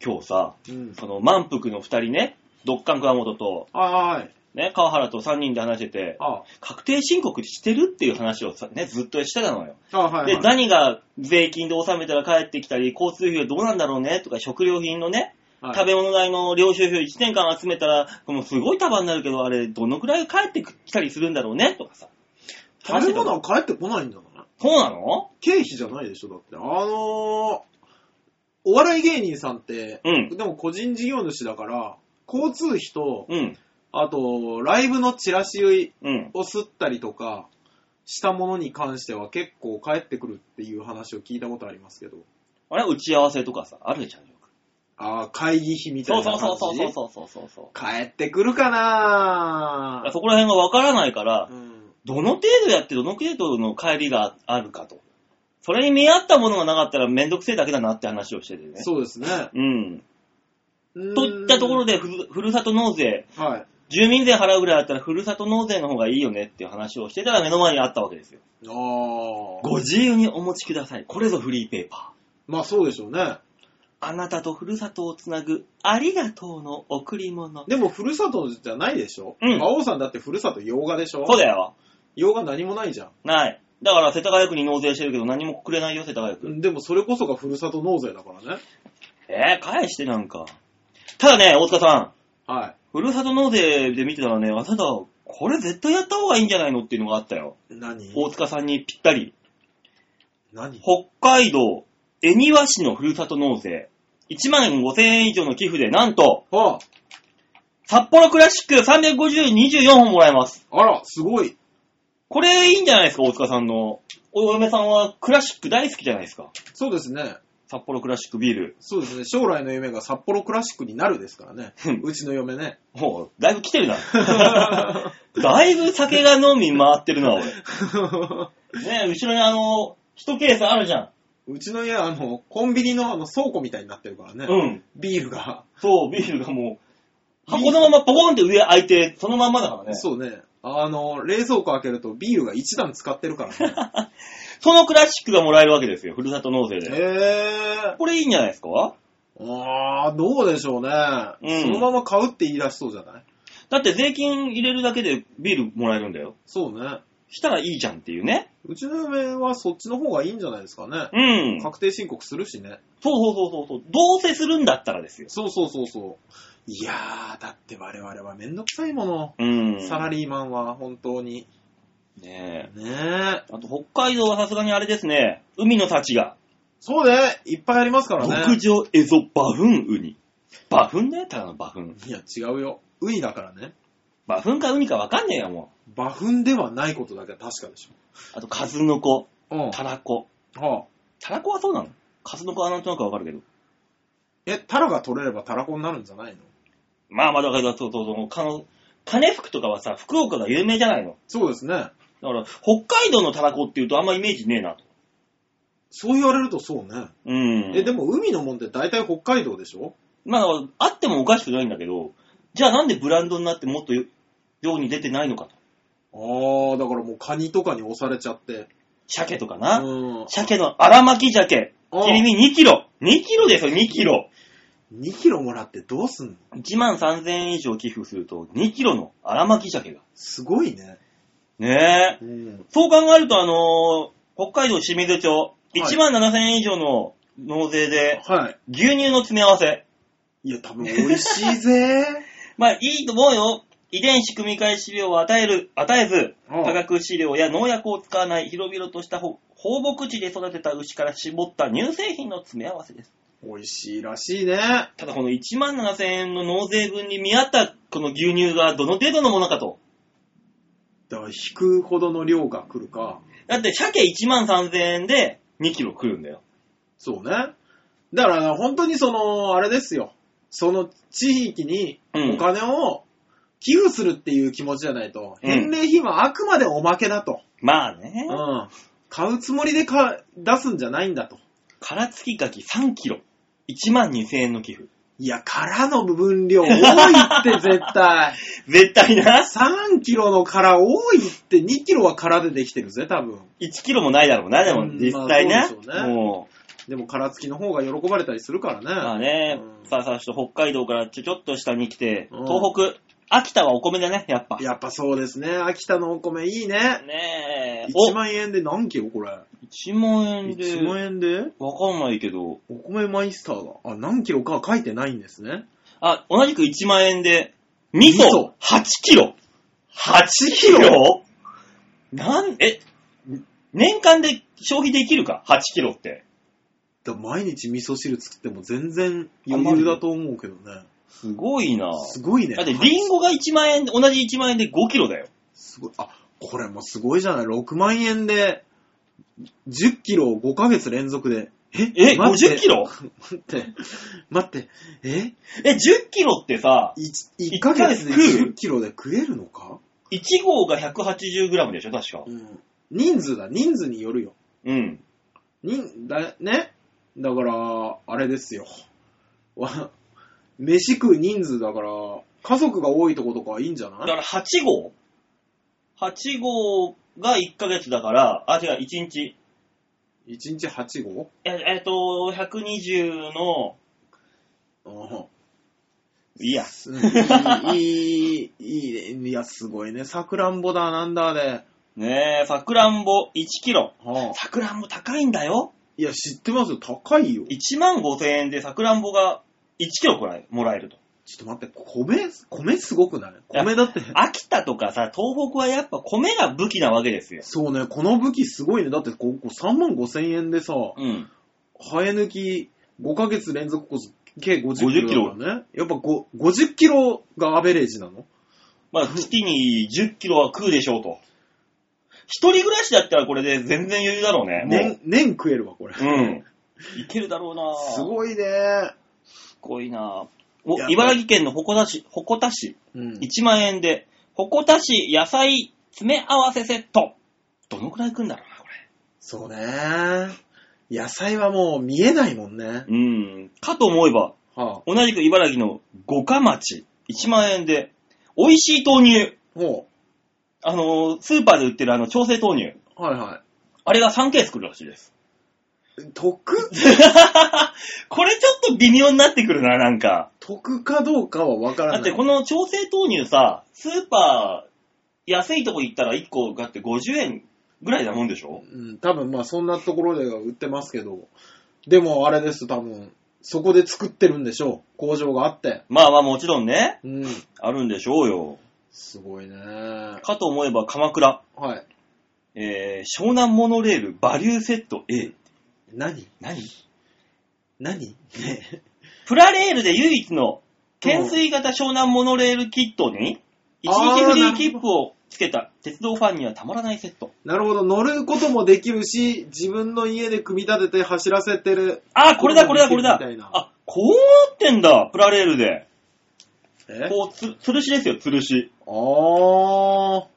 B: 今日さ、
C: うん。
B: その満腹の二人ね、ドッカン熊本と、
C: あーい。
B: ね、川原と三人で話してて、
C: あー
B: 確定申告してるっていう話をさね、ずっとしてたのよ。
C: あー、はい、はい。
B: で、何が税金で納めたら帰ってきたり、交通費はどうなんだろうねとか、食料品のね、
C: はい
B: 食べ物代の領収書1年間集めたら、もうすごい束になるけど、あれ、どのくらい帰ってきたりするんだろうねとかさ。
C: 食べ物は返ってこないんだからね。
B: そうなの
C: 経費じゃないでしょ、だって。あのー、お笑い芸人さんって、
B: うん
C: でも個人事業主だから、交通費と、
B: うん、
C: あと、ライブのチラシ
B: うん。
C: を吸ったりとか、したものに関しては結構返ってくるっていう話を聞いたことありますけど。
B: あれ、打ち合わせとかさ、あるじゃん。よく
C: ああ、会議費みたい
B: そう
C: な
B: そう
C: 感じ。
B: そうそうそうそうそうそう。
C: 返ってくるか
B: だ
C: な
B: からそこら辺がわからないから
C: う、ん。
B: どの程度やってどの程度の帰りがあるかと。それに見合ったものがなかったらめんどくせえだけだなって話をしててね。
C: そうですね。
B: うん。と
C: と
B: い ったところでふる、ふるさと納税、
C: はい。
B: 住民税払うぐらいだったら、ふるさと納税の方がいいよねっていう話をしてたら目の前にあったわけですよ。
C: ああ。
B: ご自由にお持ちください。これぞフリーペーパー。
C: まあそうでしょうね。
B: あなたとふるさとをつなぐ、ありがとうの贈り物。
C: でも、ふるさとじゃないでしょ
B: うん
C: 馬王さんだってふるさと洋画でしょ
B: そうだよ。
C: 洋画何もないじゃ
B: ない。だから、世田谷区に納税してるけど何もくれないよ、世田谷区。
C: ん。でも、それこそがふるさと納税だからね。
B: えー、返してなんか。ただね、大塚さん、
C: は
B: ふるさと納税で見てたらね、あなた、これ絶対やった方がいいんじゃないのっていうのがあったよ。
C: い。何
B: 大塚さんにぴったり。
C: 何
B: 北海道恵庭市のふるさと納税、1万5000円以上の寄付で、なんと、
C: あ
B: 札幌クラシック35024本もらえます。
C: あ、あら、すごい。
B: これいいんじゃないですか、大塚さんの。お嫁さんはクラシック大好きじゃないですか。
C: そうですね。
B: 札幌クラシックビール。
C: そうですね。将来の夢が札幌クラシックになるですからね。うちの 嫁ね。
B: もう、だいぶ来てるな。 だいぶ酒が飲み回ってるな、俺。ねえ後ろにあの、一ケースあるじゃん。
C: うちの家、あの、コンビニのあの倉庫みたいになってるからね。
B: うん。
C: ビールが。
B: そう、ビールがもう、箱のままポコンって上開いて、そのまんまだからね。
C: そうね。あの、冷蔵庫開けるとビールが一段使って るからね。
B: そのクラシックがもらえるわけですよ、ふるさと納税で。
C: へえ。
B: これいいんじゃないですか
C: ああ、どうでしょうね、
B: うん
C: そのまま買うって言い出しそうじゃない
B: だって税金入れるだけでビールもらえるんだよ。
C: そうね。
B: したらいいじゃんっていうね。
C: うちの嫁はそっちの方がいいんじゃないですかね。
B: うん。そう
C: 確定申告するしね。
B: そうそうそうそう。どうせするんだったらですよ。
C: そうそうそうそう。いやー、だって我々はめんどくさいもの。
B: うん。
C: サラリーマンは本当に。
B: ねえ。
C: ねえ。
B: あと、北海道はさすがにあれですね。海の幸が。
C: そうね、いっぱいありますから
B: 牧
C: ね。
B: 場エゾバフンウニ。バフンねただのバフン。
C: いや、違うよ。ウニだからね。
B: バフンかウニかわかんねえよ、も
C: 馬糞ではないことだけは確かでし
B: う。あと、カズノコ、
C: ょ。うん。
B: タラコ。
C: はあ、
B: タラコはそうなのカズノコはなんとなくわかるけど。
C: え、タラが取れればタラコになるんじゃないの
B: まあまあ、だから、そうそうそう。かの、金服とかはさ、福岡が有名じゃないの。
C: そうですね。
B: だから、北海道のタラコっていうとあんまイメージねえなと。
C: そう言われるとそうね。
B: うん。
C: え、でも海のもんって大体北海道でしょ
B: まあ、あってもおかしくないんだけど、じゃあなんでブランドになってもっと量に出てないのかと。
C: ああ、だからもうカニとかに押されちゃって。
B: 鮭とか
C: う
B: な。
C: ん。
B: 鮭の荒巻き鮭。
C: あ
B: 切り身2キロ。2キロですよ、2キロ。
C: 2キロもらってどうすんの
B: 1万3000円以上寄付すると、2キロの荒巻き鮭が。
C: すごいね。
B: ねえ。
C: うん。
B: そう考えると、あのー北海道清水町、
C: い
B: 1万7000円以上の納税で、
C: はい。
B: 牛乳の詰め合わせ。
C: いや、多分美味しいぜ。
B: まあ、いいと思うよ。遺伝子組み換え飼料を与える、与えず、
C: うん
B: 化学飼料や農薬を使わない広々としたほ放牧地で育てた牛から絞った乳製品の詰め合わせです。
C: 美味しいらしいね。
B: ただこの1万7000円の納税分に見合ったこの牛乳がどの程度のものかと。
C: だから引くほどの量が来るか。
B: だって鮭1万3000円で2キロ来るんだよ。
C: そうね。だから本当にその、あれですよ。その地域に
B: うん
C: お金を寄付するっていう気持ちじゃないと、
B: うん
C: 返礼品はあくまでおまけだと。
B: まあね。
C: うん。買うつもりでか出すんじゃないんだと。
B: 殻付き牡蠣3キロ。1万2000円の寄付。
C: いや、殻の部分量多い って絶対。
B: 絶対な。
C: 3キロの殻多いって2キロは殻でできてるぜ、多分。
B: 1キロもないだろうな、で
C: う
B: も
C: ん
B: 実際
C: ま
B: ね
C: あそうでしょう。ね
B: もう。
C: でも殻付きの方が喜ばれたりするからね。
B: まあね、
C: うん
B: さあさあして北海道からちょちょっと下に来て、
C: うん
B: 東北、秋田はお米だね、やっぱ。
C: やっぱそうですね。秋田のお米いいね。
B: ねえ。
C: 1万円で何キロこれ。
B: 1万円で、
C: 1万円で
B: わかんないけど、
C: お米マイスターが。あ、何キロかは書いてないんですね。
B: あ、同じく1万円で、味噌
C: 味
B: 8キロ !8 キロなん、え、年間で消費できるか ?8 キロって。
C: だから毎日味噌汁作っても全然余裕だと思うけどね。
B: すごいな
C: すごいね。
B: だってリンゴが1万円、同じ1万円で5キロだよ。
C: すごい。あ、これもすごいじゃない。6万円で、10キロを5ヶ月連続で。え
B: え、50キ
C: ロ
B: ロ
C: 待って、待って、え
B: え、10キロってさ、
C: 1,
B: 一
C: 1ヶ月で
B: ヶ月食う
C: 10キロで食えるのか
B: 1号が180グラムでしょ、確か。
C: うん。人数だ、人数によるよ。
B: うん。
C: 人、だ、ね。だから、あれですよ。わ、飯食う人数だから、家族が多いとことかはいいんじゃ
B: だ
C: な
B: か
C: い
B: ら8号 ?8 号が1ヶ月だから、あ、違う、1日。
C: ?1 日8号
B: え、えっと、120の、
C: うん
B: いや、
C: すいい、いい、いいね、いや、すごいね。さくらんぼだ、なんだで。
B: ねえ、さくらんぼ1キロ。
C: はあ、
B: さくらんぼ高いんだよ。
C: いや、知ってますよ。高いよ。
B: 1万5千円でさくらんぼが1キロくらいもらえると。
C: ちょっと待って、米、米すごくない米だって。
B: 秋田とかさ、東北はやっぱ米が武器なわけですよ。
C: そうね、この武器すごいね。だって、ここ3万5千円でさ、
B: うん。
C: 生え抜き5ヶ月連続こそ、計
B: 50
C: 50キロだからね。やっぱ5 50キロがアベレージなの
B: まあ、月に10キロは食うでしょうと。一人暮らしだったらこれで全然余裕だろうね。もう
C: 年、年食えるわ、これ。
B: うん。いけるだろうな
C: すごいね。
B: すごいなお
C: いや
B: 茨城県の鉾田市、鉾田市、
C: うん
B: 1万円で、鉾田市野菜詰め合わせセット。どのくらいいくんだろうな、こ
C: そうね。野菜はもう見えないもんね。
B: れ。うん。かと思えば、
C: はあ。
B: 同じく茨城の五日町、1万円で、美味しい豆乳。
C: も
B: あのー、スーパーで売ってるあの、調整豆乳。
C: う、はいは
B: あれが3ケース来るらしい です。
C: い。得
B: これちょっと微妙になってくるな、なんか。
C: 得かどうかはわからな
B: だ
C: い。
B: ってこの調整豆乳さ、スーパー、安いとこ行ったら1個買って50円ぐらいなもんでしょ
C: うん、多分まあそんなところでは売ってますけど、でもあれです、多分、そこで作ってるんでしょう。工場があって。
B: まあまあもちろんね、
C: うん。
B: あるんでしょうよ。
C: すごいね。は
B: かと思えば鎌倉、
C: い。
B: えー、湘南モノレールバリューセット A。
C: 何
B: 何
C: 何ね
B: プラレールで唯一の懸垂型湘南モノレールキットに、一日フリー切符をつけた鉄道ファンにはたまらないセット。
C: なるほど。乗ることもできるし、自分の家で組み立てて走らせてる。
B: あ、これだこれだこれだ
C: みたい。な
B: あ、こうなってんだ、プラレールで。
C: え
B: こう、つ、吊るしですよ、吊るし。
C: あ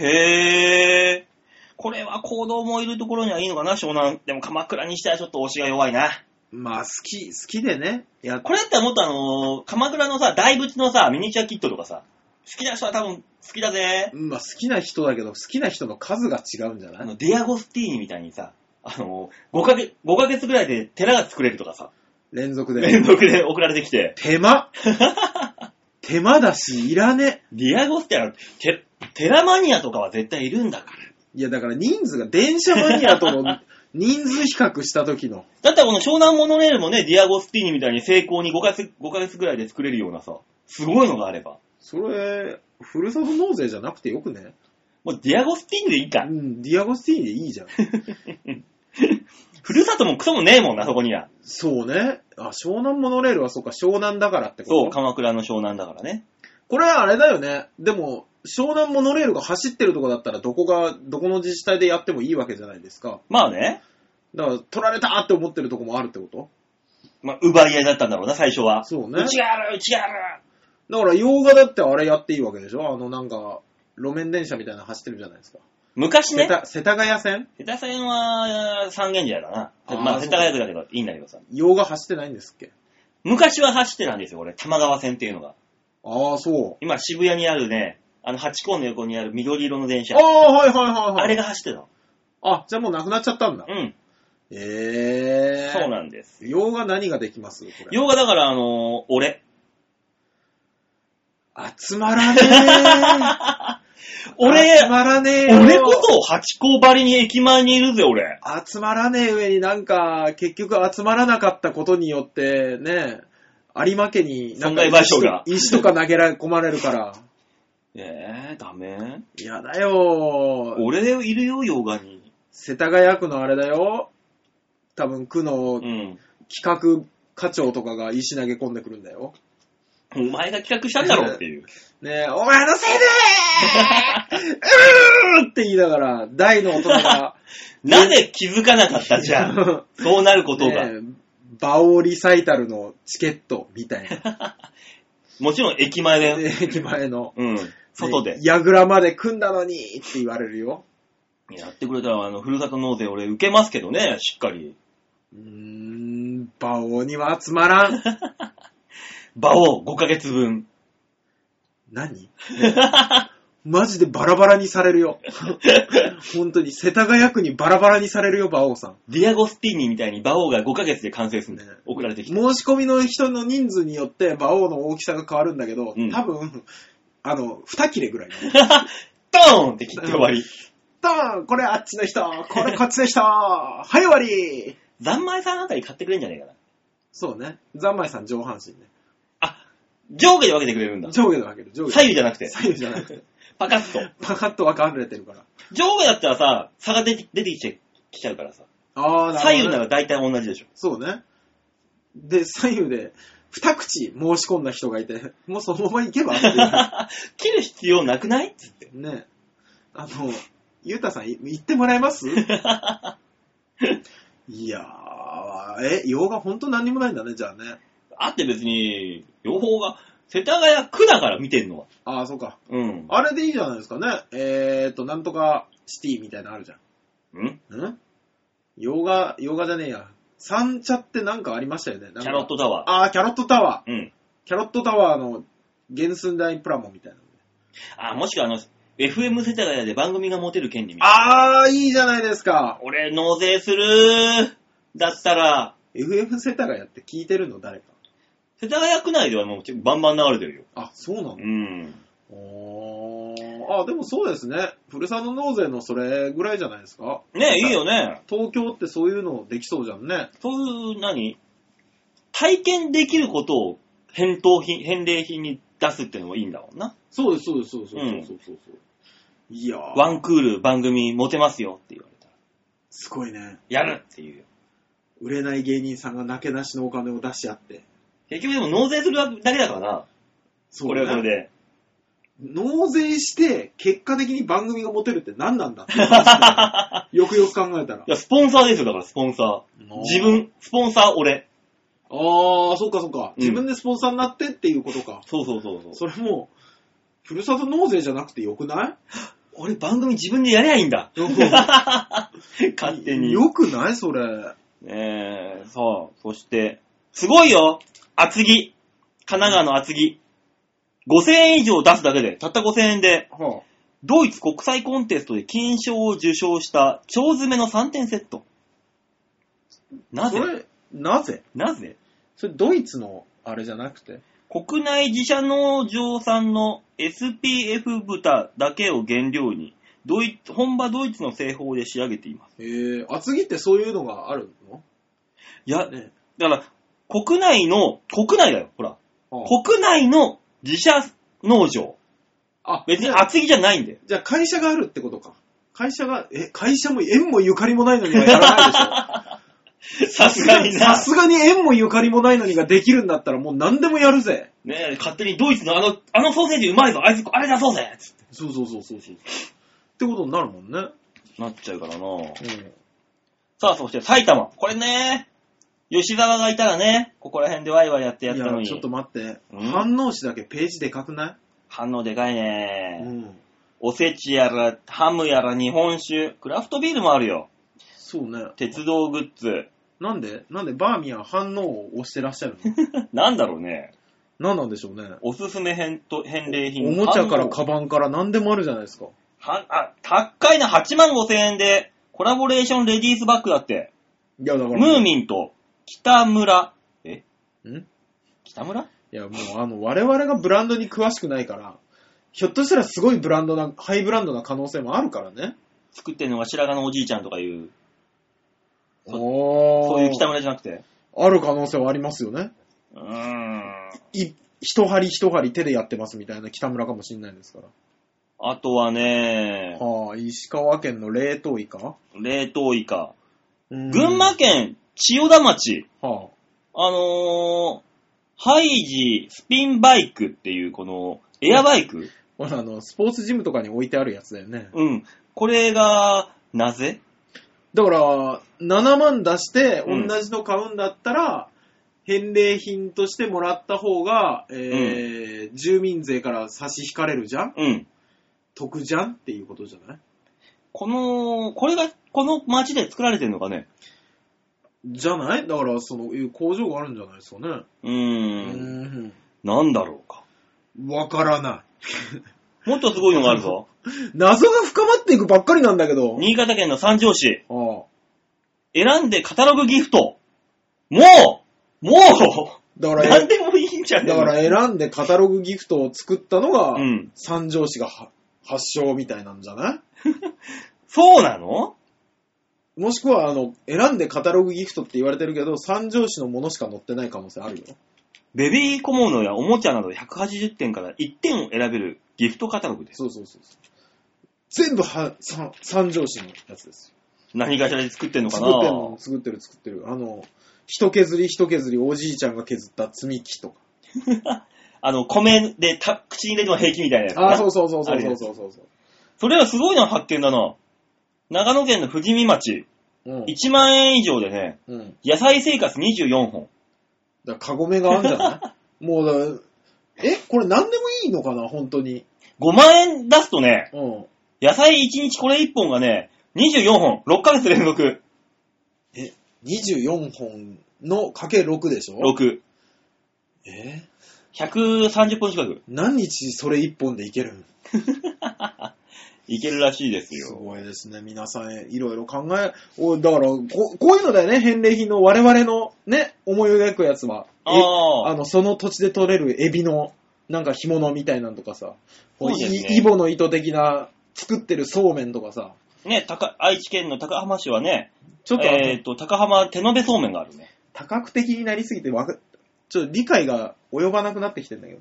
B: へー。これは行動もいるところにはいいのかな、湘南。でも鎌倉にしてはちょっと推しが弱いな。
C: ー。まあ、好き、好きでね。やっ
B: これだったらもっとあのー鎌倉のさ、大仏のさ、ミニチュアキットとかさ、好きな人は多分好きだぜ。
C: まあ、好きな人だけど、好きな人の数が違うんじゃ
B: あ
C: ない
B: の、ディアゴスティーニみたいにさ、あのー、5ヶ月、5ヶ月ぐらいで寺が作れるとかさ、
C: 連続で。
B: 連続で送られてきて、
C: 手間 手間だし、いらね。
B: ディアゴスティーニ、て寺マニアとかは絶対いるんだから。
C: いや、だから人数が、電車マニアと の人数比較した時の。
B: だったらこの湘南モノレールもね、ディアゴスティーニみたいに成功に5ヶ月、5ヶ月ぐらいで作れるようなさ、すごいのがあれば。
C: それ、ふるさと納税じゃなくてよくね。
B: もうディアゴスティーニでいいうか。
C: ん、ディアゴスティーニでいいじゃん。
B: ふるさともクソもねえもんな、そこには。
C: そうね。あ、湘南モノレールはそうか、湘南だからってこと
B: そう、鎌倉の湘南だからね。
C: これはあれだよね。でも、湘南モノレールが走ってるとこだったら、どこが、どこの自治体でやってもいいわけじゃないですか。
B: まあね、
C: だから、取られたーって思ってるとこもあるってこと
B: まあ、奪い合いだったんだろうな、最初は。
C: そうね。
B: うちがある、うちがある。
C: だから、洋画だってあれやっていいわけでしょあの、なんか、路面電車みたいなの走ってるじゃないですか。
B: 昔ね
C: 世、田世田谷線
B: 下手線は三軒茶屋だな。
C: あー
B: まあ、
C: そ
B: 世
C: う
B: 田谷区だけどいいんだけどさ。
C: 洋画走ってないんですっけ
B: 昔は走ってたんですよ、俺。玉川線っていうのが。
C: ああ、そう。
B: 今、渋谷にあるね、あの、ハチ公の横にある緑色の電車
C: あ。あ、はいはいはいはい。
B: あれが走ってたの。
C: あ、じゃあもうなくなっちゃったんだ。
B: うん、
C: ええー。
B: そうなんです。
C: 洋画何ができますこれ。
B: 洋画だから、あのー俺。
C: 集まらねえ。
B: 俺
C: 集、まらねえよ。
B: 俺こそハチ公ばりに駅前にいるぜ、俺。
C: 集まらねえ上になんか、結局集まらなかったことによって、ね、有馬家になんか
B: 損害賠償が
C: 石 とか投げられ込まれるから。
B: えー、ダメ
C: やだよ
B: 俺いるよ、洋画に。
C: 世田谷区のあれだよ。多分区
B: う
C: の
B: ん。
C: 企画課長とかが石投げ込んでくるんだよ。
B: お前が企画したんだろうって いう。
C: ねえ、お前のせいでうーって言いながら、大の大人が、
B: なぜ気づかなかった じゃん。そうなることが。
C: ねえバオリサイタルのチケットみたい な。
B: もちろん駅前だよ。
C: ね駅前の。
B: うん。外で
C: ね。矢倉まで組んだのにって言われるよ。
B: やってくれたら、あの、ふるさと納税俺受けますけどね、しっかり。
C: うーん、馬王には集まらん。
B: 場を5ヶ月 分。
C: 何、ねマジでバラバラにされるよ。本当に、世田谷区にバラバラにされるよ、馬王さ
B: ディアゴスティーニみたいに場をが5ヶ月で完成するんだよ
C: ね。
B: 送られ
C: ん。
B: てきて。
C: 申し込みの人の人数によって馬王の大きさが変わるんだけど、
B: うん
C: 多分、あの、二切れぐらい。
B: ドーンって切って終わり。
C: ドーンこれあっちの人これこっちの人 はい、終わり
B: 残米さんあたり買ってくれんじゃねえかな。
C: そうね。ざんまいさん上半身ね。
B: あ、上下で分けてくれるんだ。
C: 上下だけど、上下。
B: 左右じゃなくて。
C: 左右じゃなくて。
B: パカッと。
C: パカッと分かれてるから。
B: 上下だったらさ、差が出て出てきちゃきちゃうからさ。
C: ああ、なるほど、ね。
B: 左右なら大体同じでしょ。
C: そうね。で、左右で、二口申し込んだ人がいて、もうそのまま行けばっていう。
B: 切る必要なくない っつって。
C: ね。あの、ゆうたさん、い行ってもらえます いやー、え、洋画ほんと何にもないんだね、じゃあね。
B: あって別に、両方が、世田谷区だから見てんのは。
C: ああ、そうか。
B: うん。
C: あれでいいじゃないですかね。えーと、なんとかシティみたいなのあるじゃん。
B: うん
C: ん洋画、洋画じゃねえや。三茶ってなんかありましたよね。なんか
B: キャロットタワー。
C: ああ、キャロットタワー。
B: うん。
C: キャロットタワーの原寸大プラモみたいな。
B: あ、もしくはあの、FM 世田谷で番組が持てる権利みたいな。
C: あー、いいじゃないですか。
B: 俺、納税するだったら、
C: FM 世田谷って聞いてるの誰か。
B: 世田谷区内ではもうちバンバン流れてるよ。
C: あ、そうなの、
B: うん。
C: おーあ、でもそうですね。ふるさと納税のそれぐらいじゃないですか。
B: ねえ、いいよね。
C: 東京ってそういうのできそうじゃんね。
B: そういう、何体験できることを返答品、返礼品に出すっていうのもいいんだもんな。
C: そうです、そうです、そうです、そうですそうですそうです。いやー
B: ワンクール番組持てますよって言われた
C: すごいね。
B: ら。やるっていう。
C: 売れない芸人さんがなけなしのお金を出し合って。
B: 結局でも納税するだけだからな。
C: そ
B: これはこれで。
C: 納税して、結果的に番組が持てるって何なんだって話 でよくよく考えたら
B: い。や、スポンサーですよ、だからスポンサー。自。分、スポンサー俺。
C: ああ、そっかそっか。
B: うん
C: 自分でスポンサーになってっていうことか。
B: そうそうそうそう。
C: それもう、ふるさと納税じゃなくてよくない
B: 俺番組自分でやりゃいいん だ。勝手に。
C: よくないそれ。
B: えー、そう。そして、すごいよ厚木神奈川の厚木。5000円以上出すだけで、たった5000円で、
C: は
B: ドイツ国際コンテストで金賞を受賞した、蝶詰めの3点セット。
C: あ、
B: な
C: そ
B: ぜ
C: れ、なぜ
B: なぜ
C: それドイツのあれじゃなくて
B: 国内自社農場産の SPF 豚だけを原料に、ドイツ、本場ドイツの製法で仕上げています。
C: えー、厚木ってそういうのがあるの
B: いや、
C: ね
B: だから、国内の、国内だよ、ほら。
C: はあ
B: 国内の自社農場。
C: あ、
B: 別
C: じ
B: に
C: ゃあ
B: 厚木じゃないんだよ。
C: じゃあ会社があるってことか。会社が、え、会社も縁もゆかりもないのにはやらない でしょ。
B: さすがにな
C: さ。すがに縁もゆかりもないのにができるんだったらもう何でもやるぜ。
B: ねえ、勝手にドイツのあの、あのソーセージうまいぞ、あいつ、あれだそうぜつっ
C: そうそうそうそうそう。ってことになるもんね。
B: てなっちゃうからな
C: うん。
B: さあ、そして埼玉。これね、吉沢がいたらね、ここら辺でワイワイやってやったの
C: いや、ちょっ
B: に
C: と、待って。
B: うん
C: 反応詞だけページでかくな
B: 反応でかい
C: い
B: ね、
C: うん。
B: おせちやら、ハムやら、日本酒、クラフトビールもあるよ。
C: そうね。
B: 鉄道グッズ。
C: なんでなんでバーミヤン反応を押してらっしゃるの
B: なんだろうね。
C: 何なんでしょうね。
B: おすすめ返答返礼品。
C: おもちゃから
B: 反応
C: カバンから何でもあるじゃないですか。
B: は、あ、高いな、8万5千円で、コラボレーションレディースバッグだって。
C: いや、だから。
B: ムーミンと、北村。え
C: ん
B: 北村
C: いや、もうあの、我々がブランドに詳しくないから、ひょっとしたらすごいブランドな、ハイブランドな可能性もあるからね。
B: 作ってるのが白髪のおじいちゃんとかいう、そ
C: おー
B: そういう北村じゃなくて。
C: ある可能性はありますよね。
B: うーん。
C: い一針一針手でやってますみたいな北村かもしれないですから。
B: あとはね、
C: はあ、石川県の冷凍イカ
B: 冷凍イカ。
C: 群
B: 群馬県千代田町。
C: は
B: あのー、ハイジスピンバイクっていう、この、エアバイク
C: あ、ほらあの、スポーツジムとかに置いてあるやつだよね。
B: うん。これが、なぜ
C: だから、7万出して
B: うん
C: 同じの買うんだったら、返礼品としてもらった方が、えー住民税から差し引かれるじゃん
B: うん。
C: 得じゃんっていうことじゃない
B: この、これが、この町で作られてるのかね。
C: じゃないだから、その、いう工場があるんじゃないですかね。
B: うー。
C: うんん。
B: なんだろうか。
C: わからない。
B: もっとすごいのがあるぞ。
C: 謎が深まっていくばっかりなんだけど。
B: 新潟県の三条市。
C: ああ
B: 選んでカタログギフト。もうも
C: だ
B: う
C: から、
B: 何でもいいんじゃね
C: だから選んでカタログギフトを作ったのが、
B: うん
C: 三条市がは発祥みたいなんじゃない
B: そうなの
C: もしくは、あの、選んでカタログギフトって言われてるけど、三条市のものしか載ってない可能性あるよ。
B: ベビー小物やおもちゃなど180点から1点を選べるギフトカタログです。
C: そうそうそうそう。全部は、三三条市のやつです
B: 何かしらで作ってんの
C: よ。
B: か
C: 作って
B: な
C: るの、作ってる、作ってる。あの、一削り一削りおじいちゃんが削った積み木とか。
B: あの、米でた口に入れても平気みたいなやつな。
C: ああ、そうそうそうそ
B: あ
C: う
B: れ
C: そう
B: です
C: そうそうそう。
B: それはすごいな発見だな。長野県の富士見町。
C: うん。
B: 1万円以上でね、
C: うん。だ
B: 野菜生活24本。
C: から、カゴメがあるんじゃない もうだ、え、これ何でもいいのかな、本当に。
B: 5万円出すとね、
C: うん。
B: 野菜1日これ1本がね、24本、6ヶ月連続、
C: 24本のかけ6でしょ
B: 6。
C: えー
B: 130本近く。
C: 何日それ1本でいけるん
B: いけるらしいです
C: す
B: よ。
C: ごいですね。皆さん、いろいろ考え、おだからこ、こういうのだよね、返礼品の我々のね、思い描くやつは。え
B: あー
C: の、その土地で取れるエビの、なんか干物みたいなんとかさ、こ
B: そうですね
C: いイボの糸的な作ってるそうめんとかさ、
B: ね、高、愛知県の高浜市はね、
C: ちょっと、
B: えっ、と、高浜手延べそうめんがあるね。
C: 多角的になりすぎてわか、ちょっと理解が及ばなくなってきてんだけど。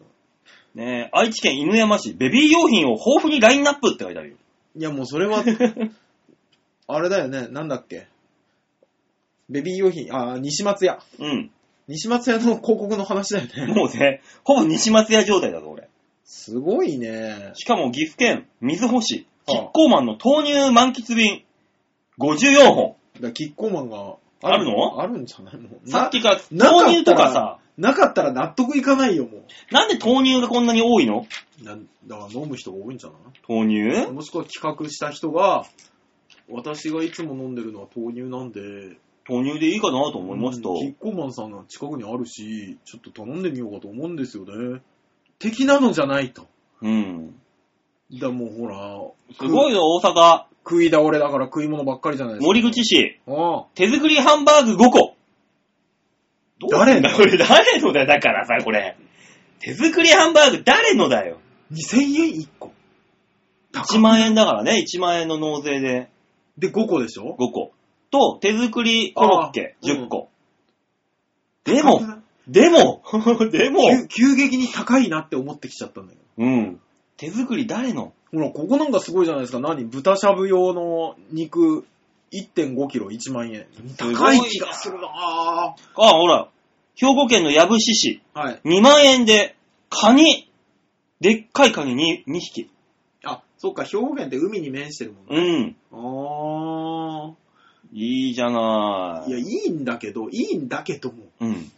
B: ねえ、愛知県犬山市、ベビー用品を豊富にラインナップって書いてあるよ。
C: いや、もうそれは、 あれだよね、なんだっけ。ベビー用品、あー、西松屋。
B: うん。
C: 西松屋の広告の話だよね。
B: もうね、ほぼ西松屋状態だぞ、俺。
C: すごいね。
B: しかも岐阜県水穂市、キ
C: はあ
B: ッコーマンの豆乳満喫瓶、54本。
C: だからキッコーマンが
B: あるの
C: あるんじゃないもう。
B: さっ
C: な
B: きから
C: なかったら
B: 豆乳とかさ、
C: なかったら納得いかないよ、も
B: なんで豆乳がこんなに多いの
C: う。なんだから飲む人が多いんじゃない
B: 豆 乳
C: もしくは企画した人が、私がいつも飲んでるのは豆乳なんで、
B: 豆乳でいいかなと思いました。
C: うんキッコーマンさんの近くにあるし、ちょっと頼んでみようかと思うんですよね。的なのじゃないと。
B: うん。
C: だからもうほら、
B: すごいよ、大阪。
C: 食い倒れだから食い物ばっかりじゃないですか。
B: 森口市。
C: ああ
B: 手作りハンバーグ5個。どう
C: 誰の
B: だこれ誰のだよ、だからさ、これ。手作りハンバーグ誰のだよ。
C: 2000円1個。
B: 1万円だからね、1万円の納税で
C: で5個でしょ
B: 5個。と、手作りコロッケ
C: あー
B: 10個。でも、でも、 でも、
C: 急急激に高いなって思ってきちゃったんだよ。
B: うん。手作り誰の
C: ほら、ここなんかすごいじゃないですか。何豚しゃぶ用の肉1.5キロ1万円。
B: ごいな
C: 高い気がするなぁ。
B: あ、ほら、兵庫県の藪市市、
C: はい。
B: 2万円で、カニ、でっかいカニ 2, 2匹。
C: あ、そっか、兵庫県って海に面してるもんね。
B: うん。
C: あ
B: いいじゃな
C: あ。
B: い。
C: いや、いいんだけど、いいんだけども、
B: うん。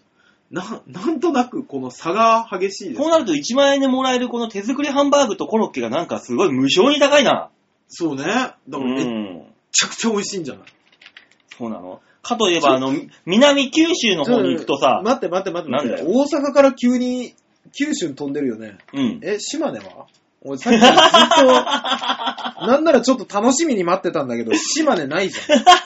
C: な、なんとなくこの差が激しいです
B: こう。なると1万円でもらえるこの手作りハンバーグとコロッケがなんかすごい無償に高いな。
C: そうね。だ
B: う
C: からめっ
B: ん。
C: ちゃくちゃ美味しいんじゃない
B: そうなのかといえば、あの、南九州の方に行くとさ、
C: 待って待って待って待って。
B: なんだ
C: 大阪から急に九州に飛んでるよね。
B: うん。
C: え、島根は俺さっきからずっ と、なんならちょっと楽しみに待ってたんだけど、島根ないじゃ
B: だ
C: ん。
B: か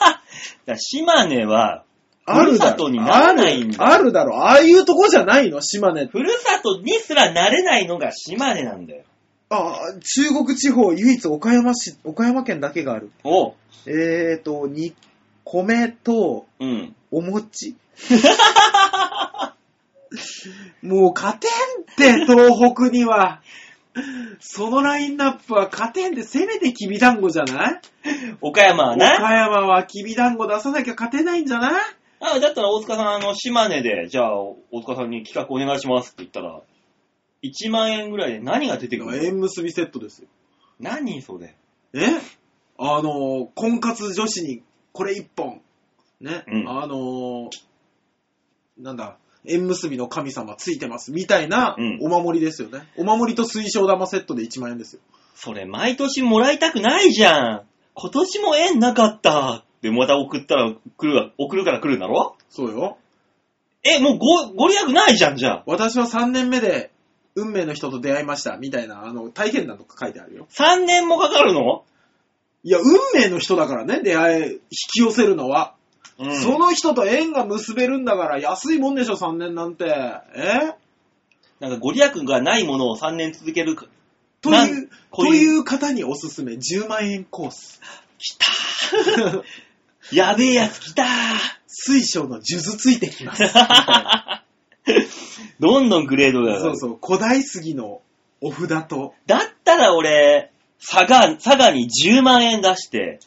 B: ら島根は、
C: あるだ
B: ふるさと
C: ろ。
B: にな
C: あ
B: らないん
C: る
B: だ
C: あるだろ。ああいうとこじゃないの島根って。
B: ふるさとにすらなれないのが島根なんだよ。
C: ああ、中国地方唯一岡山市、岡山県だけがある。
B: お
C: えーと、に、米と
B: うん。
C: お餅。もう勝てんって、東北には。そのラインナップは勝てんで、せめてきびだんごじゃない
B: 岡山はな。
C: 岡山はきびだんご出さなきゃ勝てないんじゃない
B: あ、だったら大塚さん、あの、島根で、じゃあ、大塚さんに企画お願いしますって言ったら、1万円ぐらいで何が出てくるの
C: 縁結びセットですよ。
B: 何それ。
C: えあのー、婚活女子にこれ一本。ね、
B: うん
C: あのー、なんだ、縁結びの神様ついてます。みたいな
B: うん
C: お守りですよね。お守りと水晶玉セットで1万円ですよ。
B: それ、毎年もらいたくないじゃん。今年も縁なかった。で、また送ったら、来るわ、送るから来るんだろ
C: そうよ。
B: え、もうご、ご利益ないじゃん、じゃあ。
C: 私は3年目で運命の人と出会いました。みたいな、あの、体験談とか書いてあるよ。
B: 3年もかかるの
C: いや、運命の人だからね、出会い、引き寄せるのは。
B: うん
C: その人と縁が結べるんだから、安いもんでしょ、3年なんて。え
B: なんかご利益がないものを3年続けるか。
C: と
B: ないん
C: う、
B: ことういう
C: いう方におすすめ、10万円コース。
B: きた ーやべえやつき たー
C: 水晶の数珠ついて きます。みたいな
B: どんどんグレードが上がる。
C: そうそう、古代杉のお札と、
B: だったら俺、佐賀、佐賀に10万円出して、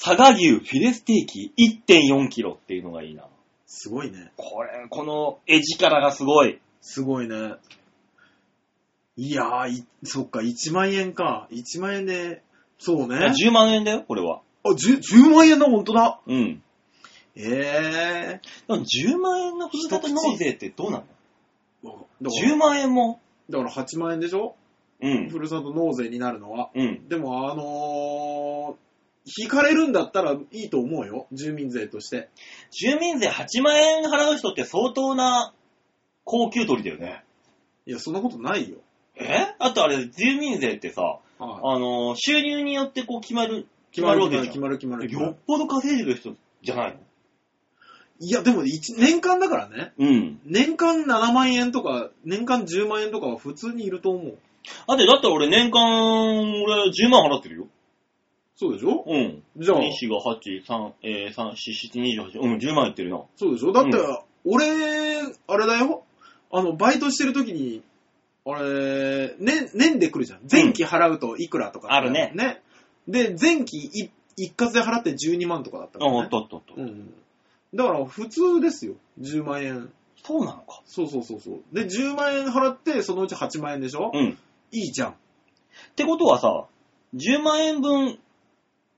B: 佐賀牛フィレステーキ1.4キロっていうのがいいな。
C: すごいね。
B: これ、この絵力がすごい。
C: すごいね。いやー、いそっか、1万円か。1万円で、そうね。
B: 10万円だよ、これは。
C: あ、10, 10万円だ、ほんとだ。
B: うん。
C: ええ
B: でも10万円のふるさと納税ってどうなの
C: ー。だから
B: ?10 万円も。
C: だから8万円でしょ、
B: うん。
C: ふるさと納税になるのは。
B: うん。
C: でも、あのー、引かれるんだったらいいと思うよ。住民税として。
B: 住民税8万円払う人って相当な高級取りだよね。
C: いや、そんなことないよ。
B: えあとあれ、住民税ってさ、
C: はい
B: あのー収入によってこう決まる、決まるわけじゃ
C: 決
B: ん。
C: まる決まる決ま
B: よ
C: る
B: っ。ぽど稼いでる人じゃないの
C: いや、でも一年間だからね。
B: うん。
C: 年間7万円とか、年間10万円とかは普通にいると思う。
B: だって、だって俺年間、俺10万払ってるよ。
C: そうでしょ
B: うん。
C: じゃあ、
B: 2、4、5、8、3、えー、3、4、7、28。うん、10万いってるな。
C: そうでしょだって、俺、あれだよ。あの、バイトしてる時に、あれ、年、年で来るじゃん。前期払うといくらとか、
B: あるね
C: ね。で、前期い一括で払って12万とかだっ
B: あ、
C: たから、ね。
B: おっとっとっと。
C: うん。だから、普通ですよ。10万円。
B: そうなのか。
C: そうそうそうそう。で、10万円払って、そのうち8万円でしょ、
B: うん。
C: いいじゃん。
B: ってことはさ、10万円分、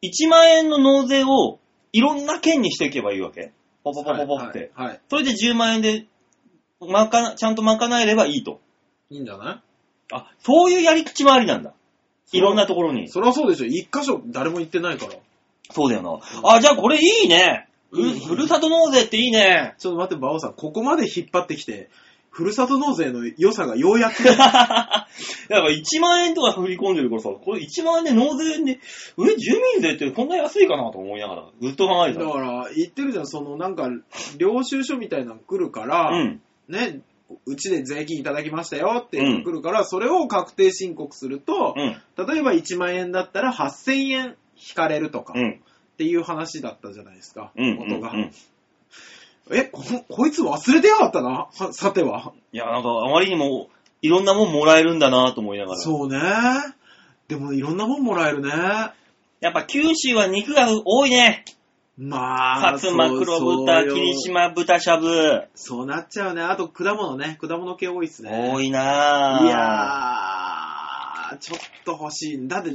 B: 1万円の納税をいろんな県にしていけばいいわけポポポポポって。
C: はい。はいはい
B: それで10万円で、まかな、ちゃんと賄えればいいと。
C: いいんじゃない
B: あ、そういうやり口もありなんだ。
C: そう
B: いろんなところに。
C: そりゃそうでしょ。一箇所誰も行ってないから。
B: そうだよな。あ、じゃあこれいいね。ふ
C: うん
B: ふるさと納税っていいね。
C: ちょっと待って、馬王さん、ここまで引っ張ってきて、ふるさと納税の良さがようや く。
B: だから1万円とか振り込んでるからさ、これ1万円で納税で、上住民税ってこんな安いかなと思いながら、ずっと考え
C: だ
B: て
C: か
B: た。
C: ら、言ってるじゃん、その、なんか、領収書みたいなの来るから、
B: うん。
C: ね、うちで税金いただきましたよっていうのが来るから、それを確定申告すると、
B: うん。
C: 例えば1万円だったら8000円引かれるとか
B: う
C: っ
B: ん。
C: ていう話だったじゃないですか、
B: うん。
C: 元が。
B: うん
C: えこ、こいつ忘れてやがったなはさては。
B: いや、なんか、あまりにも、いろんなもんもらえるんだなと思いながら。
C: そうね。でもいろんなもんもらえるね。
B: やっぱ九州は肉が多いね。
C: まあ、
B: 薩摩
C: そう
B: 黒豚、
C: そうよ
B: 霧島豚しゃぶ。
C: そうなっちゃうね。あと果物ね。果物系多いっすね。
B: 多いなぁ。
C: いやー、ちょっと欲しい。だって、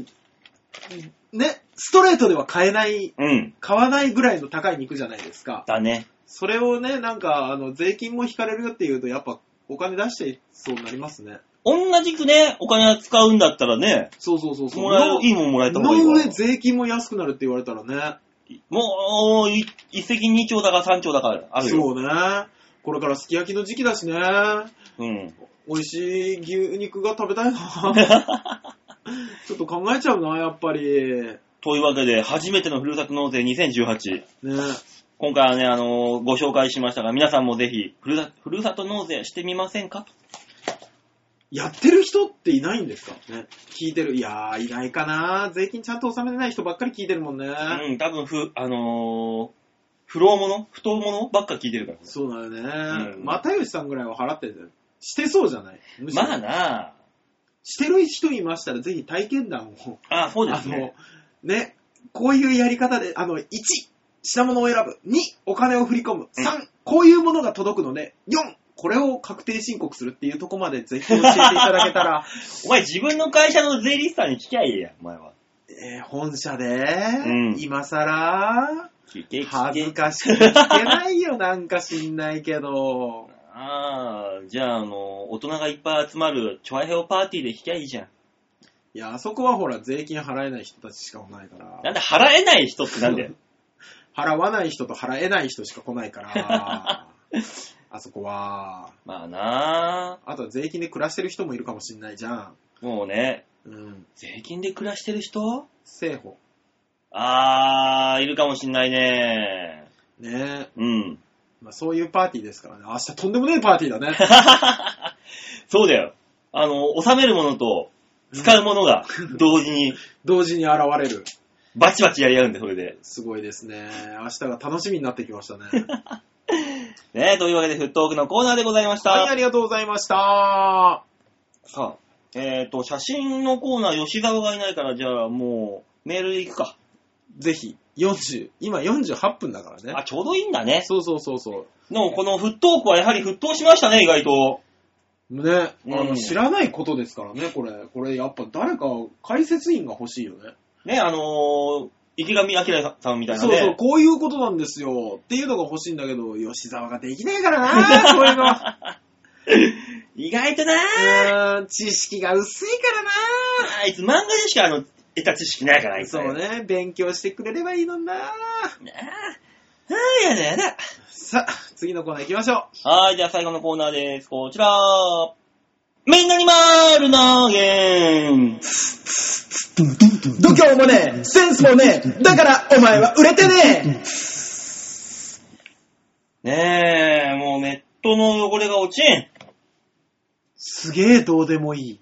C: ね、ストレートでは買えない、
B: うん。
C: 買わないぐらいの高い肉じゃないですか。
B: だね。
C: それをね、なんか、あの、税金も引かれるよっていうと、やっぱ、お金出してそうになりますね。
B: 同じくね、お金使うんだったらね、
C: そうそうそうそう。
B: もらえる、いいもんもらえた
C: の
B: 方がいい
C: の
B: わ
C: 上税金も安くなるって言われたらね。
B: もう、い一石二鳥だか三鳥だかあるよ。
C: そうね。これからすき焼きの時期だしね。
B: う。 ん。
C: 美味しい牛肉が食べたいな。ちょっと考えちゃうな、やっぱり。
B: というわけで、初めてのふるさと納税2018。
C: ね。
B: 今回はね、あのーご紹介しましたが、皆さんもぜひ、ふるさふるさと納税してみませんか
C: やってる人っていないんですかね。聞いてる。いやー、いないかな。税金ちゃんと納めてない人ばっかり聞いてるもんね。
B: うん、多分ふ、あのー、不老者不当者ばっか聞いてるから。
C: そうだよね。
B: うん
C: 又吉さんぐらいは払ってる。してそうじゃないむしろ
B: まあなあ。
C: してる人いましたら、ぜひ体験談を。
B: ああ、そうですね。
C: あの、ね、こういうやり方で、あの、1、品物を選ぶ。2、お金を振り込む。
B: うん
C: 3、こういうものが届くので、4、これを確定申告するっていうとこまでぜひ教えていただけ たら、
B: お前自分の会社の税理士さんに聞きゃいいや、お前は。
C: えー本社で、
B: ん
C: 今さら、
B: 聞いて、聞
C: 恥ず
B: いて。
C: かしくて聞けないよ、なんか知んないけど。
B: ああ、じゃあ、あのー、大人がいっぱい集まる、チョアヘオパーティーで聞きゃいいじゃん。
C: いや、あそこはほら、税金払えない人たちしか来ないから。
B: なんで払えない人ってなんだよ。
C: 払わない人と払えない人しか来な いから、あそこは。
B: まあなあ。
C: あとは税金で暮らしてる人もいるかもしんないじゃん。
B: もうね、
C: うん。
B: 税金で暮らしてる人
C: 政府。
B: ああ、いるかもしんないね。
C: ねえ。
B: うん。
C: まあそういうパーティーですからね。明日とんでもねえパーティーだね。
B: そうだよ。あの、収めるものと、使うものが、同時に、
C: 同時に現れる。
B: バチバチやり合うんで、それで。
C: すごいですね。明日が楽しみになってきましたね。
B: ねというわけで、フットオークのコーナーでございました。
C: はい、ありがとうございました。
B: さあ、えっ、と、写真のコーナー、吉沢がいないから、じゃあもう、メールで行くか。
C: ぜひ、40、今48分だからね。
B: あ、ちょうどいいんだね。
C: そうそうそうそ
B: でも、このフットオークはやはり沸騰しましたね、意外と。
C: う。ね、あ
B: うん
C: の知らないことですからね、これ。これやっぱ誰か解説員が欲しいよね。
B: ね、あのー、池上彰さんみたいな
C: そう
B: ね。
C: そう、こういうことなんですよ。っていうのが欲しいんだけど、吉沢ができないからな、そういうの。
B: 意外となー
C: うーん知識が薄いからな
B: あいつ漫画でしか、あの、得た知識ないから、あいつ。
C: そう。ね、勉強してくれればいいのにな
B: ああ、やだやだ。
C: さあ、次のコーナー行きましょ
B: はい、じゃあ最後のコーナーです。こちら。みんなにまーるなーげーん。
A: 度胸もねえ、センスもねえ、だからお前は売れてね
B: ねえ、もうネットの 汚れが落ちん。
C: う。すげえどうでもいい。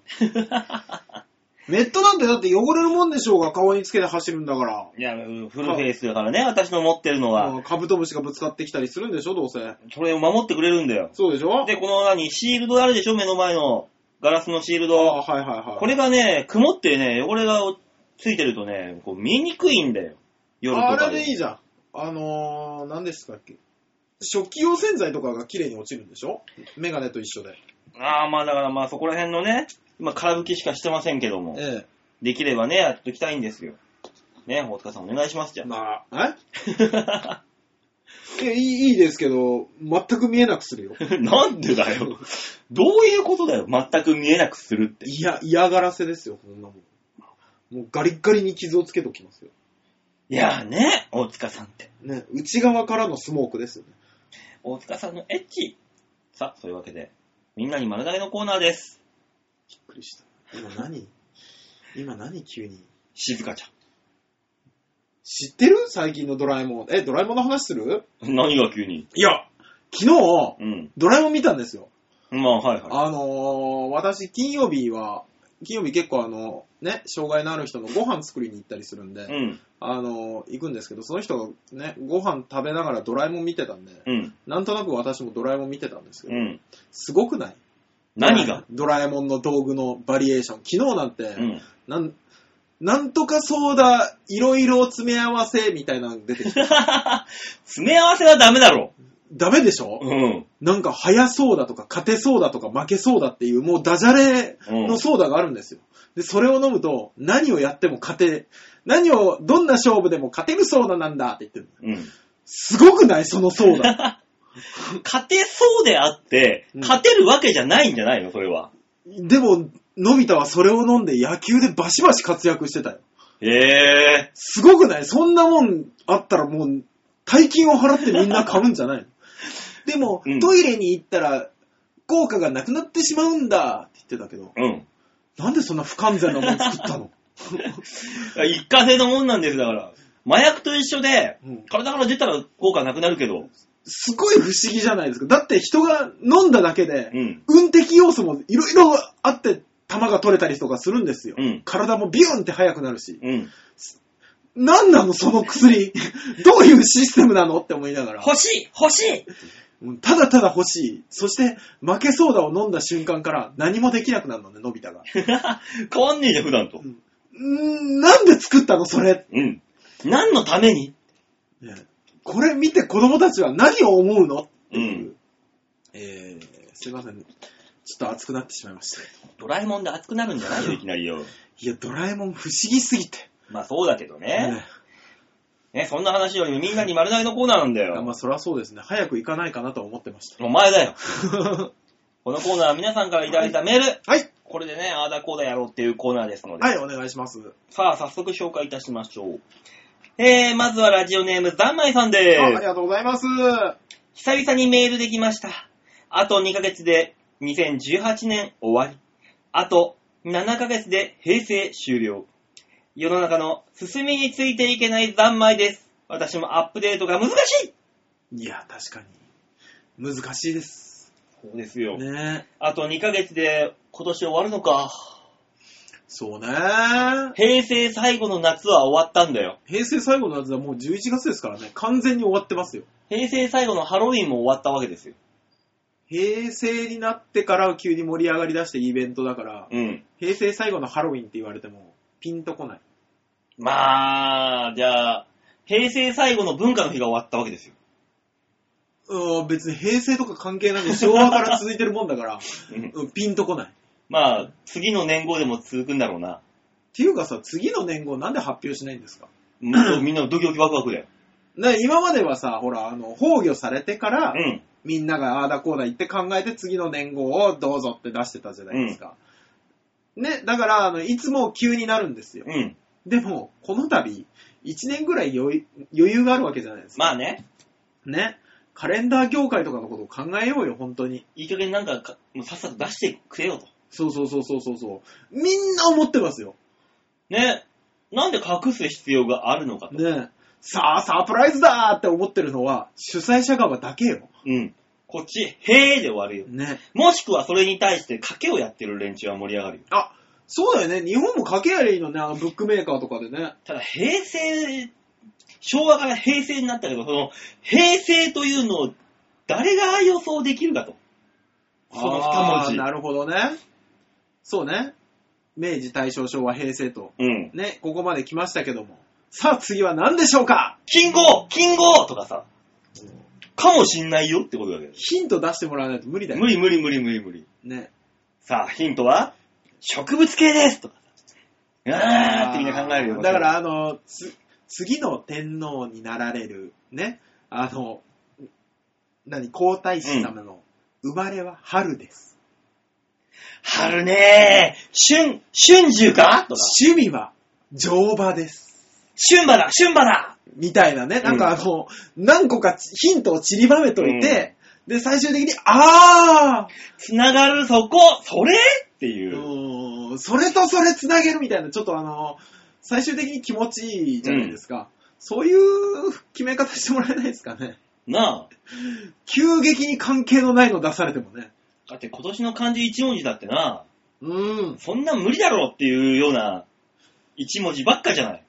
C: ネットなんてだって汚れるもんでしょうが、顔につけて走るんだから。
B: いや、うんフルフェイスだからね、私の持ってるのは。
C: うんカブトムシがぶつかってきたりするんでしょ、どうせ。
B: それを守ってくれるんだよ。
C: そうでしょ
B: で、この何、シールドあるでしょ、目の前の。ガラスのシール
C: あ
B: ド。
C: はいはいはい。
B: これがね、曇ってね、汚れがついてるとね、こう見えにくいんだよ。夜と
C: あ
B: か
C: れでいいじゃん。あのー、何でしたっけ。食器用洗剤とかが綺麗に落ちるんでしょメガネと一緒で。
B: ああ、まあだからまあそこら辺のね、今空拭きしかしてませんけども、
C: え
B: できればね、やっときたいんですよ。ね、大塚さんお願いします、じゃ
C: まあ、
B: あ。
C: えいやいいいいですけど、全く見えなくするよ。
B: なんでだよ。どういうことだよ、全く見えなくするって。
C: いや、嫌がらせですよ、こんなもん。もうガリッガリに傷をつけときますよ。
B: いやーね、大塚さんって。
C: ね、内側からのスモークですよね。
B: 大塚さんのエッチ。さあ、そういうわけで、みんなに丸投げのコーナーです。
C: びっくりした。今何今何急に。
B: 静かち
C: 知ってる最近のドラえもん。え、ドラえもんの話する
B: ゃん。何が急に
C: いや、昨日、
B: うん。
C: ドラえもん見たんですよ。
B: まあ、はいは
C: あのー、私、金曜日は、金曜日結構あの、ね、障害のある人のご飯作りに行ったりするんで、
B: い。うん、
C: あのー、行くんですけど、その人がね、ご飯食べながらドラえもん見てたんで、
B: うん、
C: なんとなく私もドラえもん見てたんですけど、
B: うん。
C: すごくない
B: 何が
C: ドラえもんの道具のバリエーション。昨日なんて、
B: うん。
C: なん、なんとかソーダ、いろいろ詰め合わせみたいなの出てき て、
B: 詰め合わせはダメだろ。
C: ダメでしょ
B: うん。
C: なんか早そうだとか勝てそうだとか負けそうだっていうもうダジャレのソーダがあるんですよ。で、それを飲むと何をやっても勝て、何を、どんな勝負でも勝てるソーダなんだって言ってる。
B: うん。
C: すごくないそのソーダ。
B: 勝てそうであって、
C: うん
B: 勝てるわけじゃないんじゃないのそれは。
C: でも、のび太はそれを飲んで野球でバシバシ活躍してたよ。
B: へえ。
C: すごくないそんなもんあったらもう、大金を払ってみんな買うんじゃないの でも、
B: うん
C: トイレに行ったら、効果がなくなってしまうんだって言ってたけど、
B: うん。
C: なんでそんな不完全なもん作ったの
B: 一過性のもんなんです、だから。麻薬と一緒で、
C: うん
B: 体から出たら効果なくなるけど。
C: すごい不思議じゃないですか。だって人が飲んだだけで、
B: うん。
C: 運的要素もいろいろあって、球が取れたりとかするんですよ。
B: うん
C: 体もビューンって速くなるし。
B: うん。
C: なんなのその薬。 どういうシステムなのって思いながら。
B: 欲しい欲しい
C: うんただただ欲しい。そして、負けソーダを飲んだ瞬間から何もできなくなるのね、のび太が。
B: 変わんねえじゃん、普段と。
C: んーなんで作ったの、それ。
B: うん。何のために
C: ねこれ見て子供たちは何を思うのっていう。
B: うん
C: えー、すいません。ちょっと熱くなってしまいましたけ
B: ド
C: ど。
B: ラえもんで熱くなるんじゃないよ、いきなりよ。
C: いや、ドラえもん不思議すぎて。
B: まあそうだけどね
C: ね。
B: ね、そんな話よりもみんなに丸投げのコーナーなんだ
C: あ
B: よ。
C: まあ、そりゃそうですね。早く行かないかなとは思ってま した。
B: お前だよ。このコーナーは皆さんからいただいたメール。
C: はい。
B: これでね、ああだこうだやろうっていうコーナーですので。
C: はい、お願いします。
B: さあ、早速紹介いたしましょう。えー、まずはラジオネーム、ざんまいさんで
C: ああり
B: す。
C: がとうございます。
B: 久々にメールできました。あと2ヶ月で2018年終わり。あと7ヶ月で平成終了。世の中の進みについていけないざんまいです。私もアップデートが難しい
C: いや、確かに。難しいです。
B: そうですよ
C: ね
B: あと2ヶ月で今年終わるのか。
C: そうね
B: 平成最後の夏は終わったんだよ。
C: 平成最後の夏はもう11月ですからね。完全に終わってますよ。
B: 平成最後のハロウィンも終わったわけですよ。
C: 平成になってから急に盛り上がりだしてイベントだから、
B: うん。
C: 平成最後のハロウィンって言われても、ピンとこない。
B: まあ、じゃあ、平成最後の文化の日が終わったわけですよ。
C: うん、別に平成とか関係なく昭和から続いてるもんだから、
B: うん
C: うん、ピンとこない。っ
B: まあ、次の年号でも続くんだろうな。
C: ていうかさ、次の年号なんで発表しないんですか
B: みんなみんなドキドキワクワクで。
C: ね、今まではさ、ほら、あの、崩御されてから
B: う、ん。
C: みんながああだこうだ言って考えて次の年号をどうぞって出してたじゃないですか。ね、だから、あの、いつも急になるんですよ。
B: うん。
C: でも、この度、1年ぐらい余裕余裕があるわけじゃないですか。
B: まあね、
C: ね。カレンダー業界とかのことを考えようよ、本当に。
B: いい加減なんかか、もうさっさと出してくれよと。
C: そうそうそうそうそうそう。みんな思ってますよ。
B: ね。なんで隠す必要があるのかと。
C: ね。さあ、サプライズだーって思ってるのは、主催者側だけよ。
B: うん。こっち、へーで終わるよ。
C: ね。
B: もしくはそれに対して賭けをやってる連中は盛り上がるよ。
C: あ、そうだよね。日本も書けやりゃいいのね、あのブックメーカーとかでね。
B: ただ、平成、昭和から平成になったけど、その、平成というのを誰が予想できるかと。その
C: あー
B: 二文
C: な
B: 字。
C: るほどね。そうね。明治、大正、昭和、平成と。
B: うん。
C: ね、ここまで来ましたけども。さあ次は何でしょうか
B: 金剛金剛とかさ、かもしんないよってことだけど。
C: ヒント出してもらわないと無理だよ
B: 無。理無理無理無理無理。
C: ね。
B: さあ、ヒントは、植物系ですとかさ、あーってみんな考えるよ。
C: だか、ら、あの、つ次の天皇になられる、ね、あの、何、皇太子様の生まれは春です。
B: 春ねー、春、春秋かとか、
C: 趣味は乗馬です。
B: 春馬だ春馬だ
C: みたいなね、なんかあの、何個かヒントを散りばめといて、で、最終的に、あー
B: つながるそこ、それっていう。
C: うーんそれとそれつなげるみたいな、ちょっとあの、最終的に気持ちいいじゃないですか。そういう決め方してもらえないですかね。
B: なあ。
C: 急激に関係のないの出されてもね。
B: だって今年の漢字一文字だってな、
C: うん。
B: そんなん無理だろうっていうような一文字ばっかじゃない。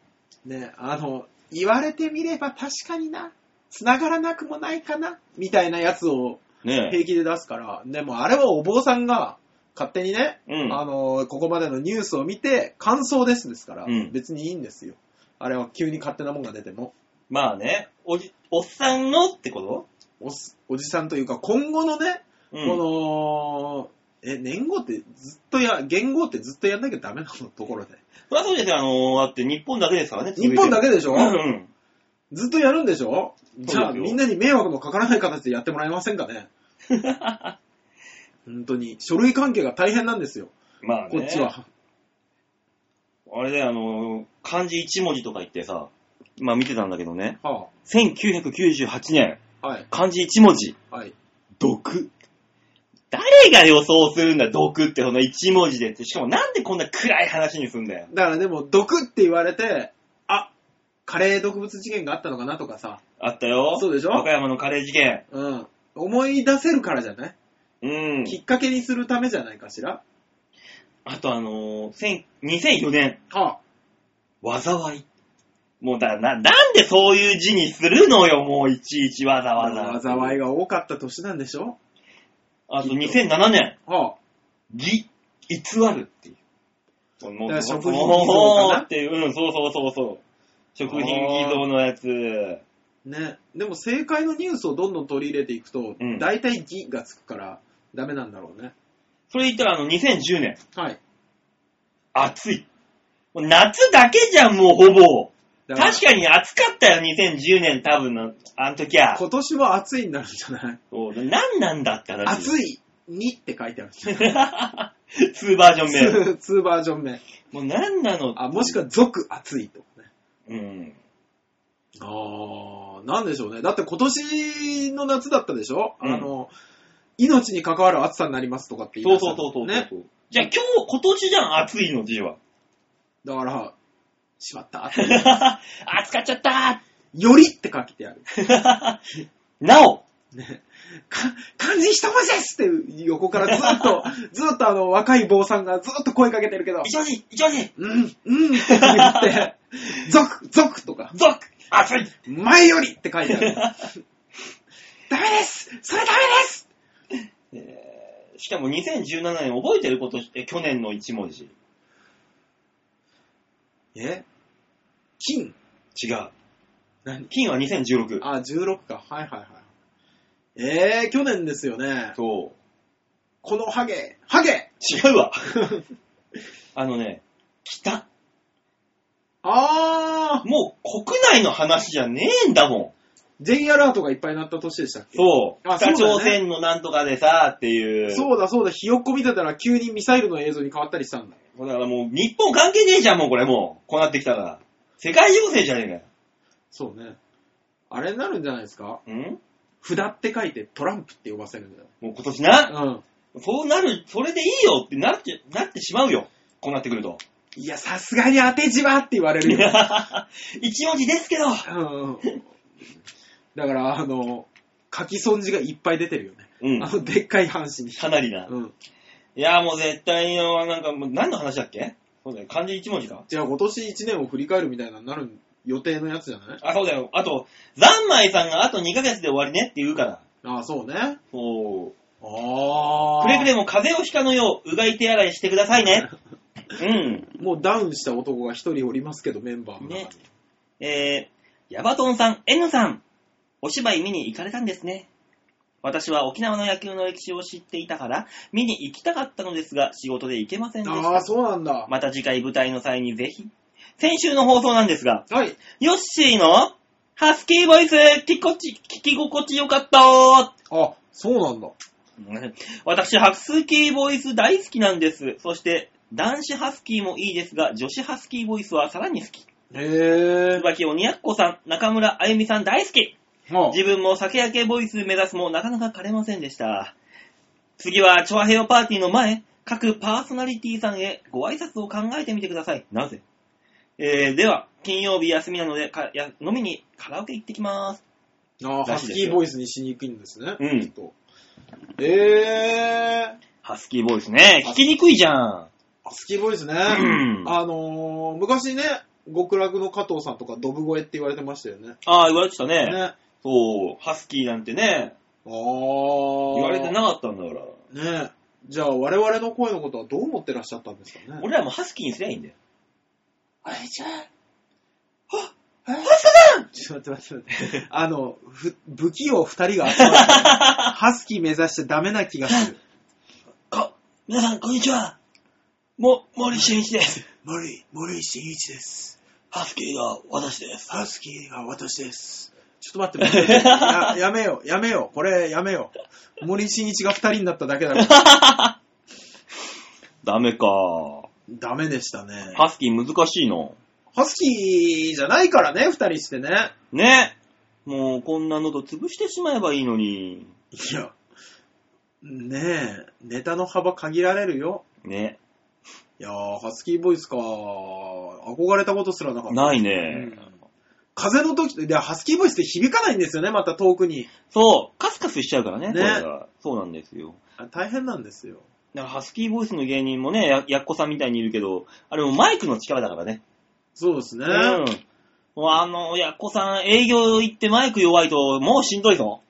C: ね、あの、言われてみれば確かにな、つながらなくもないかな、みたいなやつを
B: ね
C: 平気で出すから、でもあれはお坊さんが勝手にね、
B: え。うん。
C: あの、ここまでのニュースを見て、感想ですですから、
B: うん
C: 別にいいんですよ。あれは急に勝手なもんが出ても。
B: まあね、おじ、おっさんのってこ
C: おすおじさんというか、今後のね、
B: とうん。
C: この、え、年号ってずっとや、言語ってずっとやんなきゃダメなのところで。
B: そりゃそうですよ、あのだって日本だけですからね。
C: 日本だ
B: け
C: けでしょ、
B: うん。
C: ずっとやるんでしょ
B: すよ
C: じゃあみんなに迷惑のかからない形でやってもらえませんか ね本当に。書類関係が大変なんですよ。
B: まあね。
C: こっち。は。
B: あれだよ、あの漢字一文字とか言ってさ、今見てたんだけどね、
C: は
B: 1998年、
C: あ、はい。
B: 漢字一文字、
C: はい。
B: 毒。誰が予想するんだ、毒って、その一文字でって。しかもなんでこんな暗い話にすんだよ。
C: だからでも、毒って言われて、あ、カレー毒物事件があったのかなとかさ。
B: あったよ。
C: そうでしょ
B: 和歌山のカレー事件。
C: うん。思い出せるからじゃない、
B: うん。
C: きっかけにするためじゃないかしら
B: あとあのー、千2004年、
C: はあ。
B: 災い。もうだな、なんでそういう字にするのよ、もういちいちわざわざ。
C: 災
B: い。
C: いが多かった年なんでしょ
B: あと2007年、
C: はあ。
B: 偽、偽るっていう。も
C: だから食品偽造かな
B: もうっていう、うん、そうそうそうそう。食品偽造のやつ。
C: ね。でも正解のニュースをどんどん取り入れていくと、
B: うん
C: 大体義がつくから、ダメなんだろうね。
B: それ言ったらあの2010年、
C: はい。
B: 暑い。もう夏だけじゃん、もうほぼ。
C: だから
B: 確かに暑かったよ、2010年、多分の、あの時は。
C: 今年も暑いになるんじゃない
B: そう何なんだって話。
C: 暑
B: い。
C: いにって書いてある。ツ
B: 2バージョン目。
C: ーツーバージョン目。
B: もう何なの
C: あ、もしくは俗暑いとかね。
B: うん。
C: あー、なんでしょうね。だって今年の夏だったでしょ、
B: うん
C: あの、命に関わる暑さになりますとかって言
B: そ
C: いう
B: そうそうそうそう。
C: ね。
B: じゃあ今日、今年じゃん、暑いの字は。
C: だから、しまった。
B: 暑かっちゃった
C: よりって書いてある。
B: ー なお、
C: ね、か漢字一文字ですって横からずっ と、ずっとあの若い坊さんがずっと声かけてるけど、
B: 一文字、一文字、
C: うん、うんって言 って、族、族とか、
B: 続、暑い
C: 前よりって書いてあ る。ダメですそれダメです
B: しかも2017年覚えてること、え去年の一文字。
C: え金
B: 違う。
C: 何
B: 金は2016。
C: あ、16か。はいはいはい。えー、去年ですよね。
B: そう。
C: このハゲ、ハゲ
B: 違うわ。 あのね、北。
C: あー
B: もう国内の話じゃねえんだも
C: J アラートがいっぱい鳴った年でしたっ
B: ん。
C: け
B: そう。
C: あ
B: 北
C: そうだね
B: 朝鮮のなんとかでさ、っていう。
C: そうだそうだ、ひよっこ見てたら急にミサイルの映像に変わったりしたんだ。
B: だからもう日本関係ねえじゃん、もうこれもう。こうなってきたら。世界情勢じゃねえかよ。
C: そうね。あれになるんじゃないですか
B: うん
C: 札って書いてトランプって呼ばせるんだよ。
B: もう今年な、
C: うん。
B: そうなる、それでいいよってなって、なってしまうよ。こうなってくると。
C: いや、さすがに当て字はって言われ るよ。
B: 一文字ですけど。
C: うんだから、あの、書き損じがいっぱい出てるよね。
B: うん
C: あ。の、でっかい半紙に。
B: かなりな。
C: うん。
B: いや、もう絶対よ、なんかもう何の話だっけそうだよ、漢字一文字か。
C: じゃあ今年1年を振り返るみたいなのになる予定のやつじゃない
B: あ、そうだよ。あと、ザンマイさんがあと2ヶ月で終わりねって言うから。
C: ああ、そうね。
B: そう。
C: ああ。
B: くれぐれも風邪をひかぬよう、うがい手洗いしてください ね。うん。
C: もうダウンした男が一人おりますけど、メンバーの中に。
B: ねえー、ヤバトンさん、N さん、お芝居見に行かれたんですね。私は沖縄の野球の歴史を知っていたから、見に行きたかったのですが、仕事で行けませんでし
C: ああ、
B: た。
C: そうなんだ。
B: また次回舞台の際にぜひ。先週の放送なんですが、
C: はい。
B: ヨッシーのハスキーボイス、聞こち聞き心地よかったー
C: あ、そうなんだ。
B: うん私、ハスキーボイス大好きなんです。そして、男子ハスキーもいいですが、女子ハスキーボイスはさらに好き。
C: へえ。
B: 椿鬼奴さん、中村あゆみさん大好き。
C: はあ
B: 自分も酒焼けボイス目指すもなかなか枯れませんでした。次は、チョアヘヨパーティーの前、各パーソナリティさんへご挨拶を考えてみてください。なぜえー、では、金曜日休みなのでかや、飲みにカラオケ行ってきます。
C: ああ、
B: ら
C: ハ
B: しい
C: ス
B: ですよ
C: キーボイスにしにくいんですね。
B: うん
C: きっと。えー、
B: ハスキーボイスね。聞きにくいじゃん。
C: ハスキーボイスね。
B: ん
C: あのー、昔ね、極楽の加藤さんとかドブ声って言われてましたよね。
B: ああ、言われてたね。
C: ね。
B: そう、ハスキーなんてね、
C: ああ。
B: 言
C: 言
B: われてなかったんだから。
C: ねじゃあ我々の声のことはどう思ってらっしゃったんですかね。
B: 俺らもハスキーにすりゃいいんだよ。あれじゃ
C: ちょっと待って待って。 あの、ふ不器用二人が集ま って、ハスキー目指してダメな気がする。
B: こ、皆さん、こんにちは。も、森進一です。
C: 森、森真一です。
B: ハスキーが私です。
C: ハスキーが私です。ちょっと待って、や やめよう、やめよう、これやめよう。森真一が二人になっただけだから。
B: ダメか。
C: ダメでしたね。
B: ハスキー難しいの。
C: ハスキーじゃないからね、二人してね。
B: ね。もう、こんな喉潰してしまえばいいのに。
C: いや、ねえ、ネタの幅限られるよ。
B: ね。
C: いやー、ハスキーボイスか、憧れたことすらなかった。
B: ないうね。
C: ん風の時って、でハスキーボイスって響かないんですよね、また遠くに。
B: そう、カスカスしちゃうからね、
C: ね
B: これが。そうなんですよ。
C: あ大変なんですよ。
B: だから、ハスキーボイスの芸人もね、ややっこさんみたいにいるけど、あれもマイクの力だからね。
C: そうですね。
B: うん。もうあの、やっこさん、営業行ってマイク弱いと、もうしんどいぞ。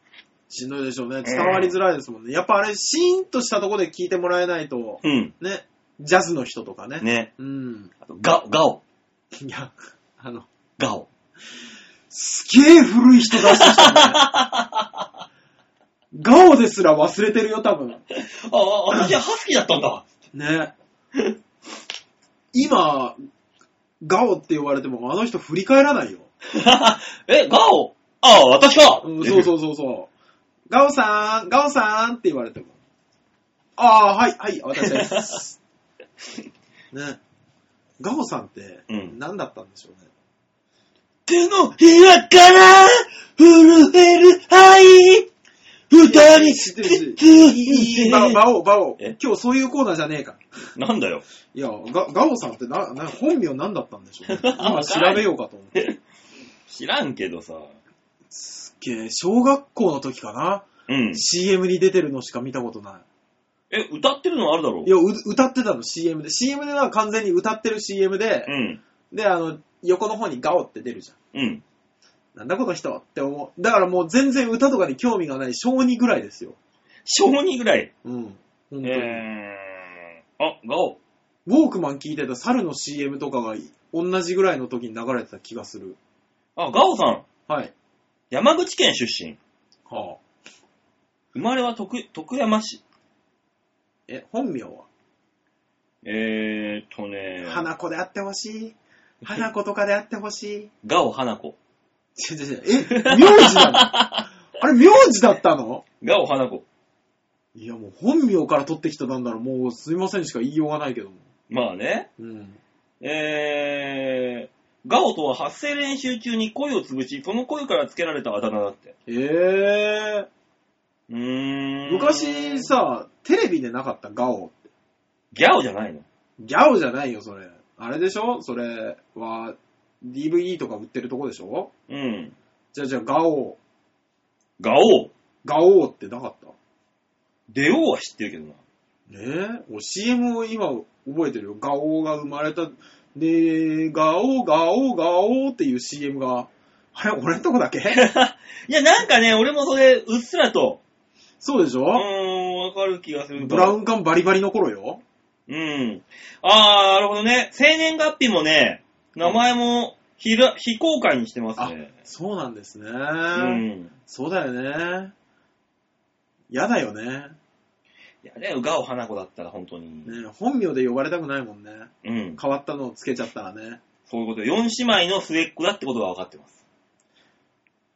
C: しんどいでしょうね。伝わりづらいですもんね。やっぱあれ、シーンとしたとこで聞いてもらえないと、
B: うん。
C: ね、ジャズの人とかね。
B: ね。
C: うん。
B: あと、ガオ、ガオ、
C: いや、あの、
B: ガオ。
C: すげえ古い人出してきたね。ガオですら忘れてるよ、多分。
B: あ、あ私はハスキーだったんだわ。
C: ね。今、ガオって言われても、あの人振り返らないよ。
B: え、ガオああ、私か
C: うんそうそうそうそう。ガオさん、ガオさんって言われても。ああ、はい、はい、私です。ね。ガオさんって
B: うん、
C: 何だったんでしょう ね。
B: 手のひらから、震える愛、二人
C: 知
B: し
C: ってて
B: つ
C: る知ってるいい、バオ、
B: いて。
C: バオ、バオ
B: え。
C: 今日そういうコーナーじゃねえか。
B: なんだよ。
C: いや、ガガオさんってな、な、本名何だったんでしょうね。 今調べようかと思って。
B: 知らんけどさ。
C: すっげえ、小学校の時かな。
B: うん。
C: CM に出てるのしか見たことな
B: え、歌ってるのあるだろ
C: い。いや、う歌ってたの、CM で。CM でなんか完全に歌ってる CM で
B: う、ん。
C: で、あの、横の方にガオって出るじゃん。
B: うん。
C: なんだこの人って思う。だからもう全然歌とかに興味がない小2ぐらいですよ。
B: 小2ぐらい。
C: うん。本当に
B: えー、あ、ガオ。
C: ウォークマン聞いてた猿の CM とかが同じぐらいの時に流れてた気がする。
B: あ、ガオさん。
C: はい。
B: 山口県出身。
C: はあ、
B: 生まれは徳徳山市。
C: え、本名は、
B: えーっとね、
C: 花子であってほしい。花子とかであってほし
B: ガオ花子。
C: い。違う違う違うえ、名字なのあれ名字だったの
B: ガオ花子。
C: いやもう本名から取ってきたなんだろう、もうすいませんしか言いようがないけども。
B: まあね。
C: うん。
B: えー、ガオとは発声練習中に声を潰し、その声から付けられたあだ名だって。
C: ええ
B: うーん。
C: 昔、さ、テレビでなかったガオ。
B: ギャオじゃないの
C: ギャオじゃないよ、それ。あれでしょそれは、DVD とか売ってるとこでしょ
B: うん。
C: じゃあじゃあガオ、
B: ガオ、
C: ガオってなかった
B: デオは知ってるけどな。
C: えー、お CM を今覚えてるよ。ガオーが生まれた。で、ガオー、ガオー、ガオーっていう CM が、あれ、俺のとこだ け
B: いや、なんかね、俺もそれ、うっすらと、
C: そうでし
B: うー
C: ょ、
B: ん、わかる気がする
C: ブラウ
B: ン。
C: ン管バリバリの頃よ。
B: うん。あー、なるほどね。生年月日もね、名前も非ら非公開にしてます
C: あ
B: ね。、
C: そうなんですね。
B: うん。
C: そうだよね。嫌だよね。
B: いや、ね、うがお花子だったら本当に。
C: ね本名で呼ばれたくないもんね。
B: うん。
C: 変わったのをつけちゃったらね。
B: そういうことで、4姉妹の末っ子だってことが分かってます。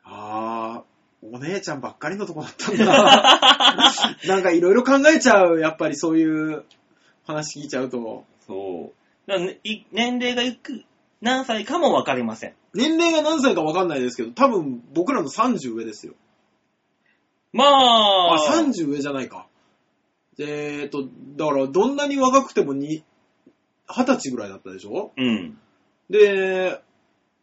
C: あー、お姉ちゃんばっかりのとこだったんだ。 なんかいろいろ考えちゃう、やっぱりそういう話聞いちゃうと。
B: そう。だからねい年齢がいく、何歳かも分かりません。
C: 年齢が何歳かわかんないですけど、多分僕らの30上ですよ。
B: ま
C: あ、
B: あ、
C: 30上じゃないか。えーと、だからどんなに若くてもに20歳ぐらいだったでしょ
B: うん。
C: で、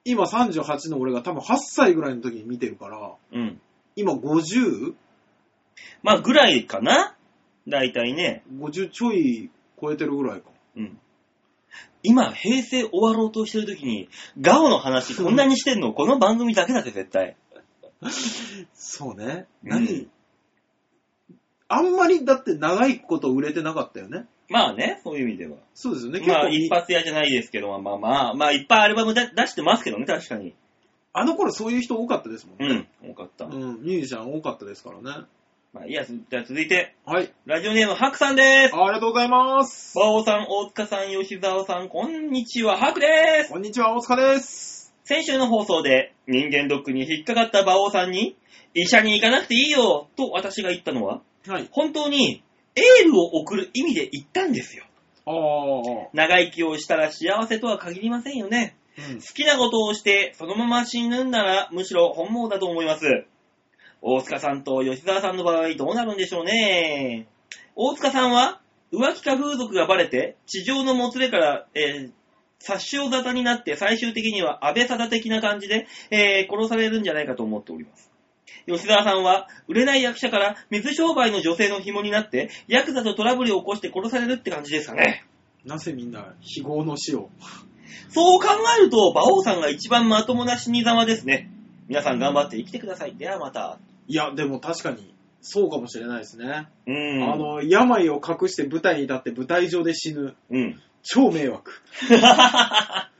C: 今38の俺が多分8歳ぐらいの時に見てるから、
B: うん。
C: 今 50?50
B: まあ、ぐらいかな大体ね。
C: ちょい超えてるぐらいか。
B: うん。今、平成終わろうとしてる時に、ガオの話こんなにしてんの、この番組だけだぜ、絶対。
C: そうね。
B: うん
C: 何、あんまりだって長いこと売れてなかったよね。
B: まあね、そういう意味では。
C: そうですよね。結
B: まあ、
C: 構
B: 一
C: み、
B: 発屋じゃないですけど、まあまあまあ、まあ、いっぱいアルバムだ出してますけどね、確かに。
C: あの頃そういう人多かったですもんね。
B: うん、多かった。
C: うん、ミュージシャン多かったですからね。
B: まあ、いいや、じゃあ続いて、
C: はい。
B: ラジオネーム、ハクさんです。
C: ありがとうございます。
B: バオさん、大塚さん、吉沢さん、こんにちは、ハクです。
C: こんにちは、大塚です。
B: 先週の放送で人間ドックに引っかかった馬王さんに、医者に行かなくていいよと私が言ったのは、
C: はい。
B: 本当にエールを送る意味で言ったんですよ。
C: ああ。
B: 長生きをしたら幸せとは限りませんよね。
C: うん
B: 好きなことをしてそのまま死ぬんならむしろ本望だと思います。大塚さんと吉沢さんの場合どうなるんでしょうね。大塚さんは浮気か風俗がバレて地上のもつれから、えー殺傷沙汰になって最終的には安倍沙汰的な感じで、えー殺されるんじゃないかと思っております。吉沢さんは売れない役者から水商売の女性の紐になってヤクザとトラブルを起こして殺されるって感じですかね。
C: なぜみんな、非業の死を。
B: そう考えると、馬王さんが一番まともな死に様ですね。皆さん頑張って生きてください。ではまた。
C: いや、でも確かに、そうかもしれないですね。
B: うん
C: あ、の、病を隠して舞台に立って舞台上で死ぬ。
B: うん。
C: 超迷惑。
B: まあ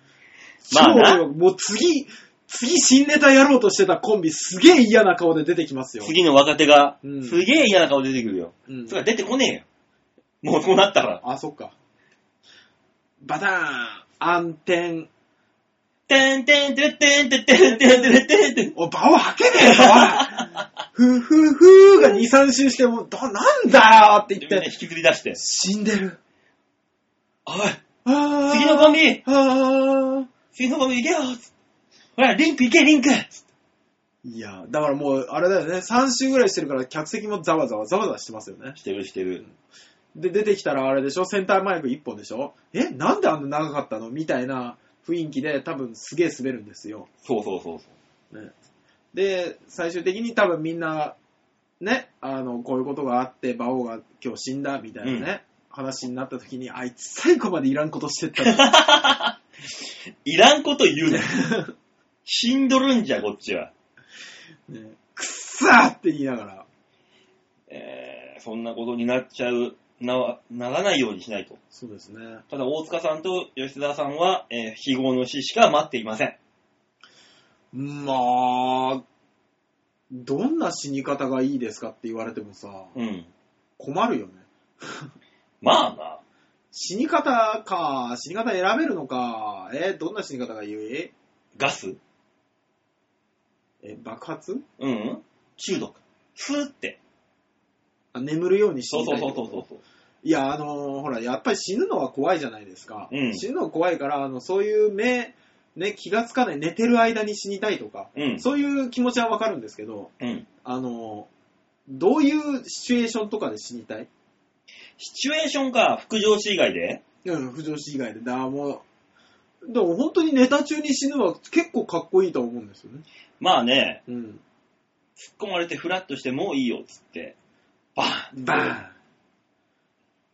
C: 超迷
B: な
C: 惑。もう次、次新ネタやろうとしてたコンビ、すげえ嫌な顔で出てきますよ。
B: 次の若手が、
C: うん
B: すげえ嫌な顔出てくるよ。
C: うん
B: それは出てこねえよ。もうそうなったから。
C: あ、そっか。バターン暗転。
B: てんてんてんてんてんてんてんてんてんてん。
C: おい、場を吐けねえぞおいふふふーが2、3周しても、どなんだよって
B: み
C: 言っ
B: んな
C: て
B: 引、きずり出して。
C: 死んでる。
B: おい、
C: あー
B: 次のコンビ、
C: あー
B: 次のコンビ行けよ。ほら、リンク行け、リンク。
C: いや、だからもう、あれだよね、3周ぐらいしてるから、客席もざわざわざわざわしてますよね。
B: してるしてる。
C: で、出てきたらあれでしょ、センターマイク1本でしょえ、なんであんな長かったのみたいな雰囲気で、多分すげえ滑るんですよ。
B: そうそうそうそう。
C: ね、で、最終的に多分みんな、ね、あの、こういうことがあって、馬王が今日死んだ、みたいなね、話になった時に、あいつ最後までいらんことしてったな
B: いらんこと言うな。死んどるんじゃ、こっちは。
C: ね、くっさーって言いながら、
B: えーそんなことになっちゃう、な、ならないようにしないと。
C: そうですね。
B: ただ、大塚さんと吉沢さんは、えー非業の死しか待っていません。
C: まあ、どんな死に方がいいですかって言われてもさ、
B: うん。
C: 困るよね。
B: まあまあ。
C: 死に方か、死に方選べるのか、えーどんな死に方がいい
B: ガス
C: え、爆発
B: うん、うん、中毒。スーって。
C: あ眠るように死
B: そう
C: に
B: そ
C: た
B: う
C: い
B: そ
C: ってこ
B: う
C: と
B: そうそう。
C: いや、あのーほら、やっぱり死ぬのは怖いじゃないですか。
B: うん
C: 死ぬのは怖いから、あの、そういう目、ね、気がつかない、寝てる間に死にたいとか、
B: うん。
C: そういう気持ちはわかるんですけど、
B: うん。
C: あのーどういうシチュエーションとかで死にたい
B: シチュエーションか、副上司以外で。
C: うん、不条死以外で。だ、もう、でも本当にネタ中に死ぬは結構かっこいいと思うんですよね。
B: まあね、
C: うん。
B: 突っ込まれてフラッとしてもういいよ、つって。バーン
C: バーン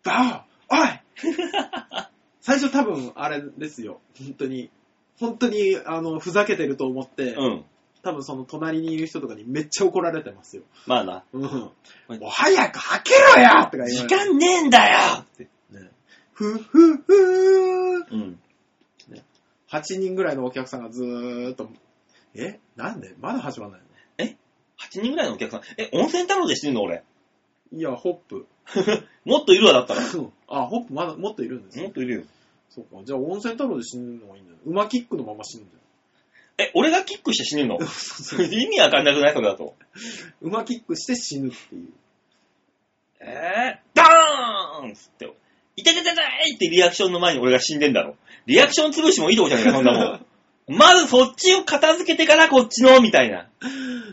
C: バオおい 最初多分、あれですよ。本当に。本当に、あの、ふざけてると思って、
B: うん。
C: 多分その隣にいる人とかにめっちゃ怒られてますよ。
B: まあな。
C: うん。もう早く開けろよとか言われて
B: 時間ねえんだよ
C: ねふふふー
B: うん。
C: 8人ぐらいのお客さんがずーっと、えなんでまだ始まんない
B: 8人ぐらいのお客さん。え、温泉太郎でしてんの俺。
C: のいや、ホップ。
B: もっといるわ、だったら。
C: あ、ホップまだ、もっといるんです
B: もっ
C: ね。
B: といるよ。
C: そうか。じゃあ、温泉太郎で死ぬのがいいんだよ。馬キックのまま死ぬんだよ。
B: え、俺がキックして死ぬの 意味わかんなくないそれだと。
C: 馬キックして死ぬっていう。
B: えー、ダーンっつって、いてててていってリアクションの前に俺が死んでんだろ。リアクション潰しもいいとこじゃねえか、そんなも ん。まずそっちを片付けてからこっちの、みたいな。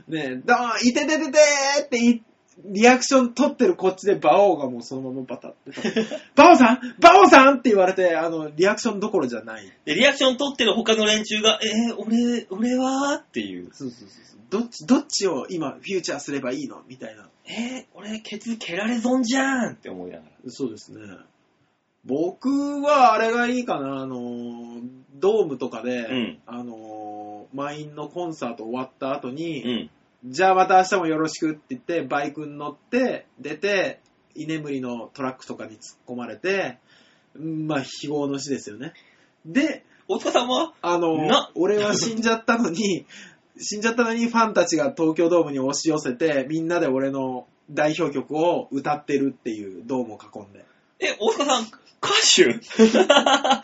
C: ねえ、だーん、いててててーっていリアクション取ってるこっちで馬王がもうそのままバタって立 って。馬王さん馬王さんって言われて、あの、リアクションどころじゃない。
B: で、リアクション取ってる他の連中が、えー、俺、俺はっていう。
C: そうそうそうそう。どっち、どっちを今、フューチャーすればいいのみたいな。
B: えー、俺、ケツ蹴られ損じゃんって思いながら。
C: そうですね。僕はあれがいいかな、あの、ドームとかで、
B: うん
C: あの、満員のコンサート終わった後
B: う
C: に、
B: ん。
C: じゃあまた明日もよろしくって言って、バイクに乗って、出て、居眠りのトラックとかに突っ込まれて、うんまあ、非業の死ですよね。で、
B: 大塚さんは
C: あの
B: な、
C: 俺は死んじゃったのに、死んじゃったのにファンたちが東京ドームに押し寄せて、みんなで俺の代表曲を歌ってるっていうドームを囲んで。
B: え、大塚さん、歌手 歌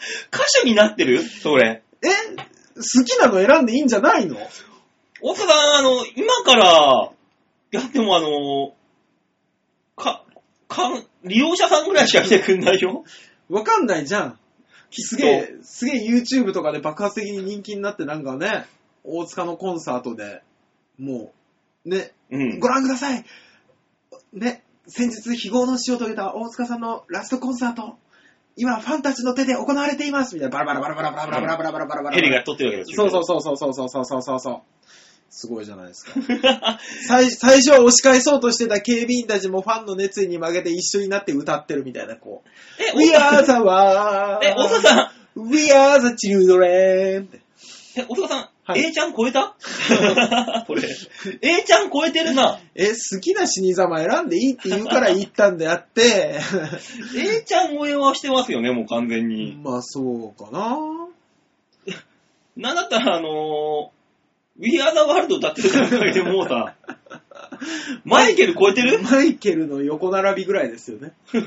B: 手になってるそれ。
C: え好きなの選んでいいんじゃないの
B: 大塚さん、あの、今から、いや、でもあの、か、か、利用者さんぐらいしか来てくんないよ。
C: わかんないじゃん。すげえ、すげえ YouTube とかで爆発的に人気になってなんかね、大塚のコンサートで、もう、ね、
B: うん。
C: ご覧くださいね、先日非業の死を遂げた大塚さんのラストコンサート、今ファンたちの手で行われていますみたいな、バラバラバラバラバラバラバラバラバラバラバラ。
B: ヘリが撮ってるわけです
C: そうそうそうそうそうそうそうそうそう。すごいじゃないですか。最最初は押し返そうとしてた警備員たちもファンの熱意に負けて一緒になって歌ってるみたいな、こう。
B: え、大
C: We
B: 塚さ
C: are
B: ん、
C: the world!
B: え、大塚さ
C: !We are the children!
B: ん、え、大塚さん、
C: はい
B: A ちゃん超え たこれ。A ちゃん超えてるな。
C: え、好きな死に様選んでいいって言うから言ったんであって、
B: A ちゃん超えはしてますよね、もう完全に。
C: まあそうかな
B: なんだったら、あのー、We Are the World 歌ってる段階でもう さ、マイケル超えてる
C: マイケルの横並びぐらいですよね。多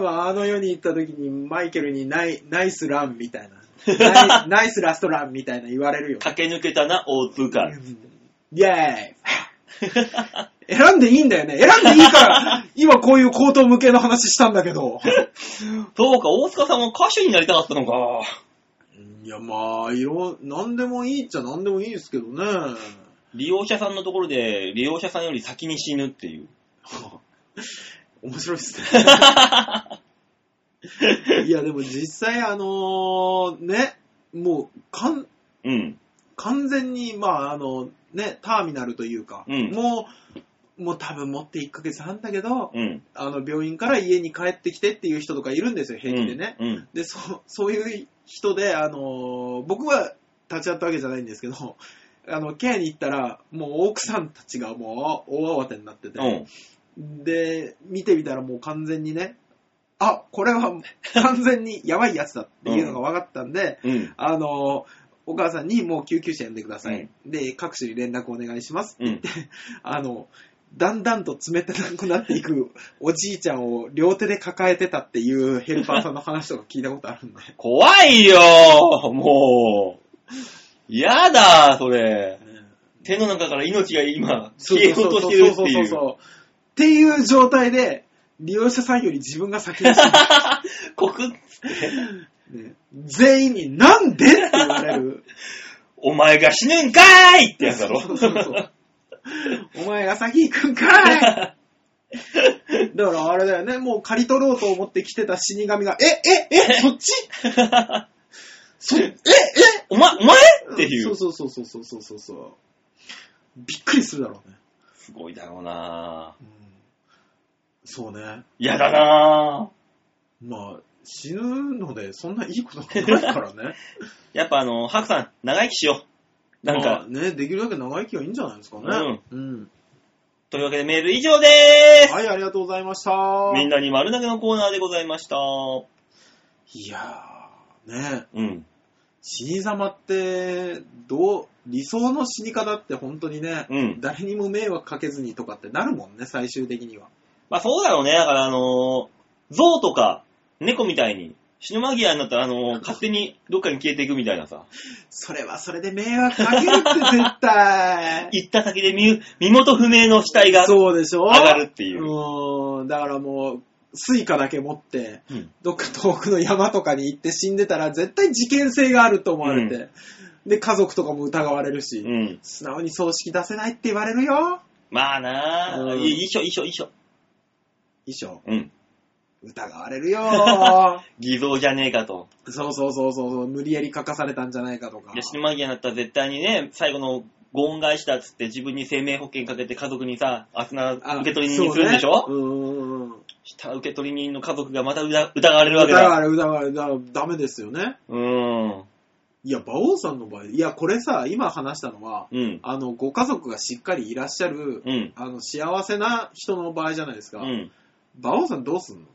C: 分あの世に行った時にマイケルにナイナイスランみた いな。ナイナイスラストランみたいな言われるよ。
B: 駆け抜けたな、大塚。
C: イェーイ選んでいいんだよね。選んでいい から、今こういう高等無形の話したんだけど。
B: そうか、大塚さんは歌手になりたかったのか。
C: いや、まあ、いろ、なんでもいいっちゃなんでもいいですけどね。
B: 利用者さんのところで、利用者さんより先に死ぬっていう。
C: 面白いっす ね。いや、でも実際、あのね、もう、かん、
B: うん。
C: 完全に、まあ、あの、ね、ターミナルというか、
B: うん
C: もう、もう多分持って1ヶ月半だけど、
B: うん。
C: あの、病院から家に帰ってきてっていう人とかいるんですよ、平気でね。
B: うん。うん。
C: で、そう、 そういう人で、あの僕は立ち会ったわけじゃないんですけど、 あの、ケアに行ったら、もう奥さんたちがもう大慌てになってて、
B: うん
C: で、見てみたらもう完全にね、あ、これは完全にやばいやつだっていうのが分かったんで、
B: うん。
C: あの、お母さんにもう救急車呼んでください。で、各種に連絡お願いします。
B: うん。
C: あの、だんだんと冷たくなっていくおじいちゃんを両手で抱えてたっていうヘルパーさんの話とか聞いたことあるんで。
B: 怖いよもう。やだそれ。手の中から命が今、消えようとしてるって
C: そうそうそ
B: いうう。
C: そう。っていう状態で、利用者さんより自分が先に死
B: 告って。
C: ぬ、ね全員になんでって言われる。
B: お前が死ぬんかーいってやつだろ。
C: そうそうそう。お前が先行くん かいだからあれだよね、もう刈り取ろうと思って来てた死神が、え、え、え、そっちそ、え、え
B: お前、お前っていう。
C: そうそうそうそうそうそうそう。びっくりするだろうね。
B: すごいだろうな
C: そうね。
B: 嫌だなぁ。
C: まあ、死ぬので、そんないいことはないからね。
B: やっぱあの、ハクさん、長生きしよう。なん
C: まあ
B: か、
C: ね、できるだけ長生きがいいんじゃないですかね。うん。
B: というわけでメール以上でーす。
C: はい、ありがとうございました。
B: みんなに丸投げのコーナーでございました。う
C: いやー、ね、
B: ん。
C: 死に様って、どう、理想の死に方って本当にね、
B: うん
C: 誰にも迷惑かけずにとかってなるもんね、最終的には。
B: まあそうだろうね。だからあのー、象とか猫みたいに死ぬ間際になったらあのー、勝手にどっかに消えていくみたいなさ。
C: それはそれで迷惑かけるって 絶対。
B: 行った先で身身元不明の死体が。
C: そうでしょ
B: 上がるっていう
C: うん。だからもう、スイカだけ持って、
B: うん
C: どっか遠くの山とかに行って死んでたら絶対事件性があると思われて、で、家族とかも疑われるし、
B: うん。
C: 素直に葬式出せないって言われるよ。
B: まあなぁ。
C: うん
B: いいしょ、いいしょ、いいしょ。
C: 衣装、
B: うん。
C: 疑われるよ。
B: 偽造じゃねえかと。
C: そうそうそうそうそう、無理やり書かされたんじゃないかとか
B: いや。死ぬ間際になったら絶対にね、最後のご恩返しだっつって自分に生命保険かけて家族にさ、あつな
C: あ
B: 受取人にするんでしょ、
C: そうねうんうんうん。
B: した受取人の家族がまた疑疑われるわけ
C: 疑わ
B: だ。
C: れる、疑われる、だダメですよね。
B: うん。
C: いや、馬王さんの場合、いや、これさ、今話したのは、
B: うん。
C: あの、ご家族がしっかりいらっしゃる、
B: うん。
C: あの、幸せな人の場合じゃないです
B: う
C: か。
B: ん。
C: 馬王さんどうすんの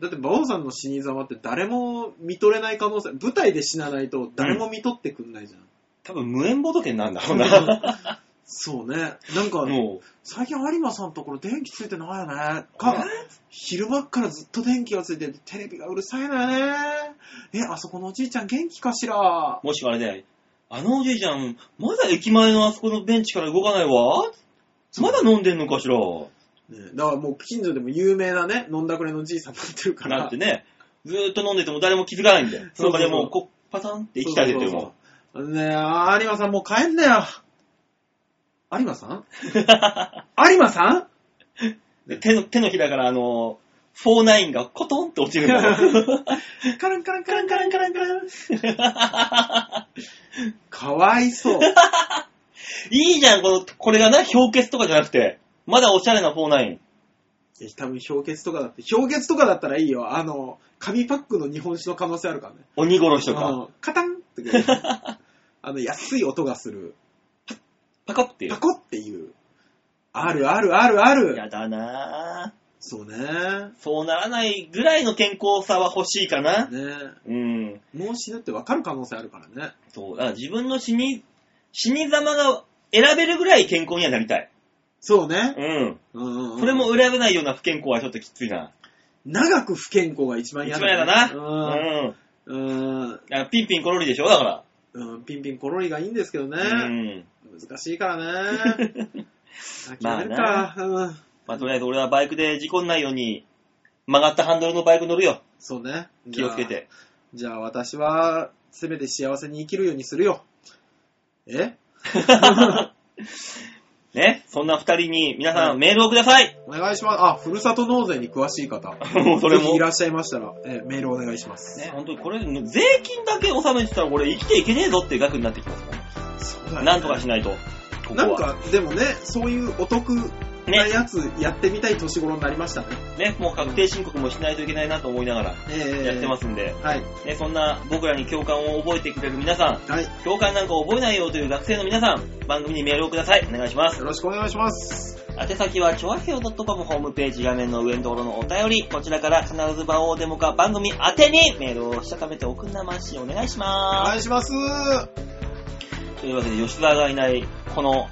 C: だって馬王さんの死に様って誰も見とれない可能性、舞台で死なないと誰も見とってくんないじゃん。
B: 多分無縁仏になるんだろうな。
C: そうね。なん か、
B: も
C: 最近有馬さんところ電気ついてないよね。か、昼間っからずっと電気がついてて、テレビがうるさいのよね。え、あそこのおじいちゃん元気かしら
B: う、もしくはあれで、あのおじいちゃん、まだ駅前のあそこのベンチから動かないわ。まだ飲んでんのかしら。
C: ねだからもう近所でも有名なね、飲んだくれのじいさんもいてるから。
B: なんてね、ずーっと飲んでても誰も気づかないんだよ。そ
C: そうそうそう
B: の場でもう、こうパタンって生きたりてるもん。
C: そうそうそう。ねえ、あ有馬さんもう帰んなよ。有馬さ ん有馬さん
B: で手の、手のひらからあの、49がコトンって落ちるんだ よ。
C: カランカランカランカランカランカラン。
B: い
C: かわいそう。
B: いじゃん、この、これがな、氷結とかじゃなくて。まだおしゃれな49。
C: いや多分氷結とかだって、氷結とかだったらいいよ。あの、紙パックの日本酒の可能性あるからね。
B: 鬼殺しと
C: あ
B: か。
C: のカタンってく るあの、安い音がする。
B: パカっていう
C: パ。コっていう。あるあるあるある。
B: やだなぁ。
C: そうね。
B: そうならないぐらいの健康さは欲しいかな。
C: ね
B: うん。
C: もう死ぬってわかる可能性あるからね。
B: そう。だから自分の死に、死に様が選べるぐらい健康にはなりたい。
C: そうね。
B: うん。
C: うんうんうん
B: それも選べないような不健康はちょっときついな。
C: 長く不健康が一番
B: 一
C: 嫌
B: 番
C: だ、ね。
B: やだな。うん。
C: うん。うん。
B: あピンピンコロリでしょだから。
C: うん、ピンピンコロリがいいんですけどね。
B: うん。
C: 難し いからね。諦める
B: ま
C: か、うん。
B: まあ、とりあえず俺はバイクで事故んないように、曲がったハンドルのバイク乗るよ。
C: そうね。
B: 気をつけ て。
C: じゃあ。じゃあ私は、せめて幸せに生きるようにするよ。え
B: ね。そんな二人に皆さ
C: は
B: ん
C: い
B: メールをください。
C: お願いします。あ、ふるさと納税に詳しい方。
B: もうそれ
C: ぜひ
B: も。
C: い
B: ね、
C: らっしゃいましたら、えメールお願いします。
B: 本当にこれ、税金だけ納めてたらこれ生きていけねえぞっていう額になってきますか
C: そう
B: ら。
C: だね
B: なんとかしないと。ここ
C: なん
B: は。
C: か、でもね、そういうお得なやつやってみたい年頃になりましたね。
B: ね、もう確定申告もしないといけないなと思いなが
C: え
B: ら
C: え
B: やってますんで。
C: はい。
B: ね、そんな僕らに共感を覚えてくれる皆さん、
C: はい。
B: 共感なんか覚えないよという学生の皆さん、番組にメールをください。お願いします。
C: よろしくお願いします。
B: 宛先は、ちょわひょう .com ホームページ画面の上のところのお便り、こちらから必ず場をデモか番組宛てにメールをしたためておくんなましお願いし
C: お
B: ま
C: 願いします。
B: す。というわけで、吉沢がいない、この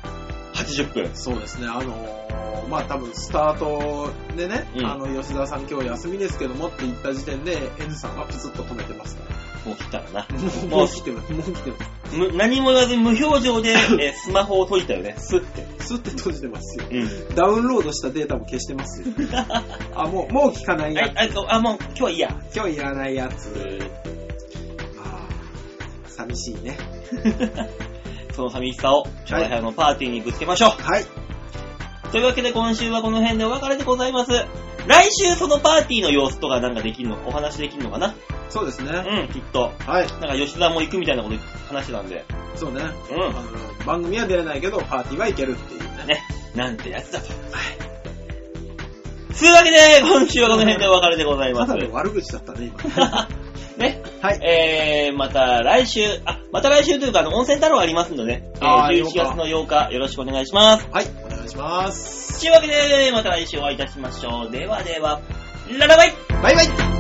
B: 80分。
C: そうですね、あのーまあ多分スタートでね、
B: うん
C: あの吉田さん今日休みですけどもって言った時点で N さんはプツッと止めてますか
B: もう切ったらな。
C: らもうもう来てますもう来てま
B: む何も言わず無表 情で、えースマホを解いたよね。スッて。
C: すスッて閉じてますよ
B: うん。
C: ダウンロードしたデータも消してますよ あもうもう聞かない
B: は
C: や
B: い、あと、あ、もう今日はいいや。
C: 今日いらないやつ
B: え
C: あー寂しいね
B: ーその寂しさを、ちょわひょうのパーティーにぶつけましょう。
C: はい
B: というわけで今週はこの辺でお別れでございます。来週そのパーティーの様子とかなんかできるの、お話できるのかな
C: そうですね
B: うん、きっと。
C: はい
B: なんか吉田も行くみたいなこと話してたんで。
C: そうね
B: う
C: あ
B: ん。
C: の番組は出れないけどパーティーはいけるっていうね
B: ね。なんてやつだと。つうわけで、今週はこの辺でお別れでござい
C: た
B: ます
C: だ。の悪口だった ね、今。
B: ね。
A: はい
B: えー、また来週、あ、また来週というか、あの、温泉太郎ありますのでね、えー
C: あー
B: 11月の8日、よろしくお願いします。
C: はい、お願いします。
B: というわけで、また来週お会いいたしましょう。ではでは、ララバイ
A: バイバイ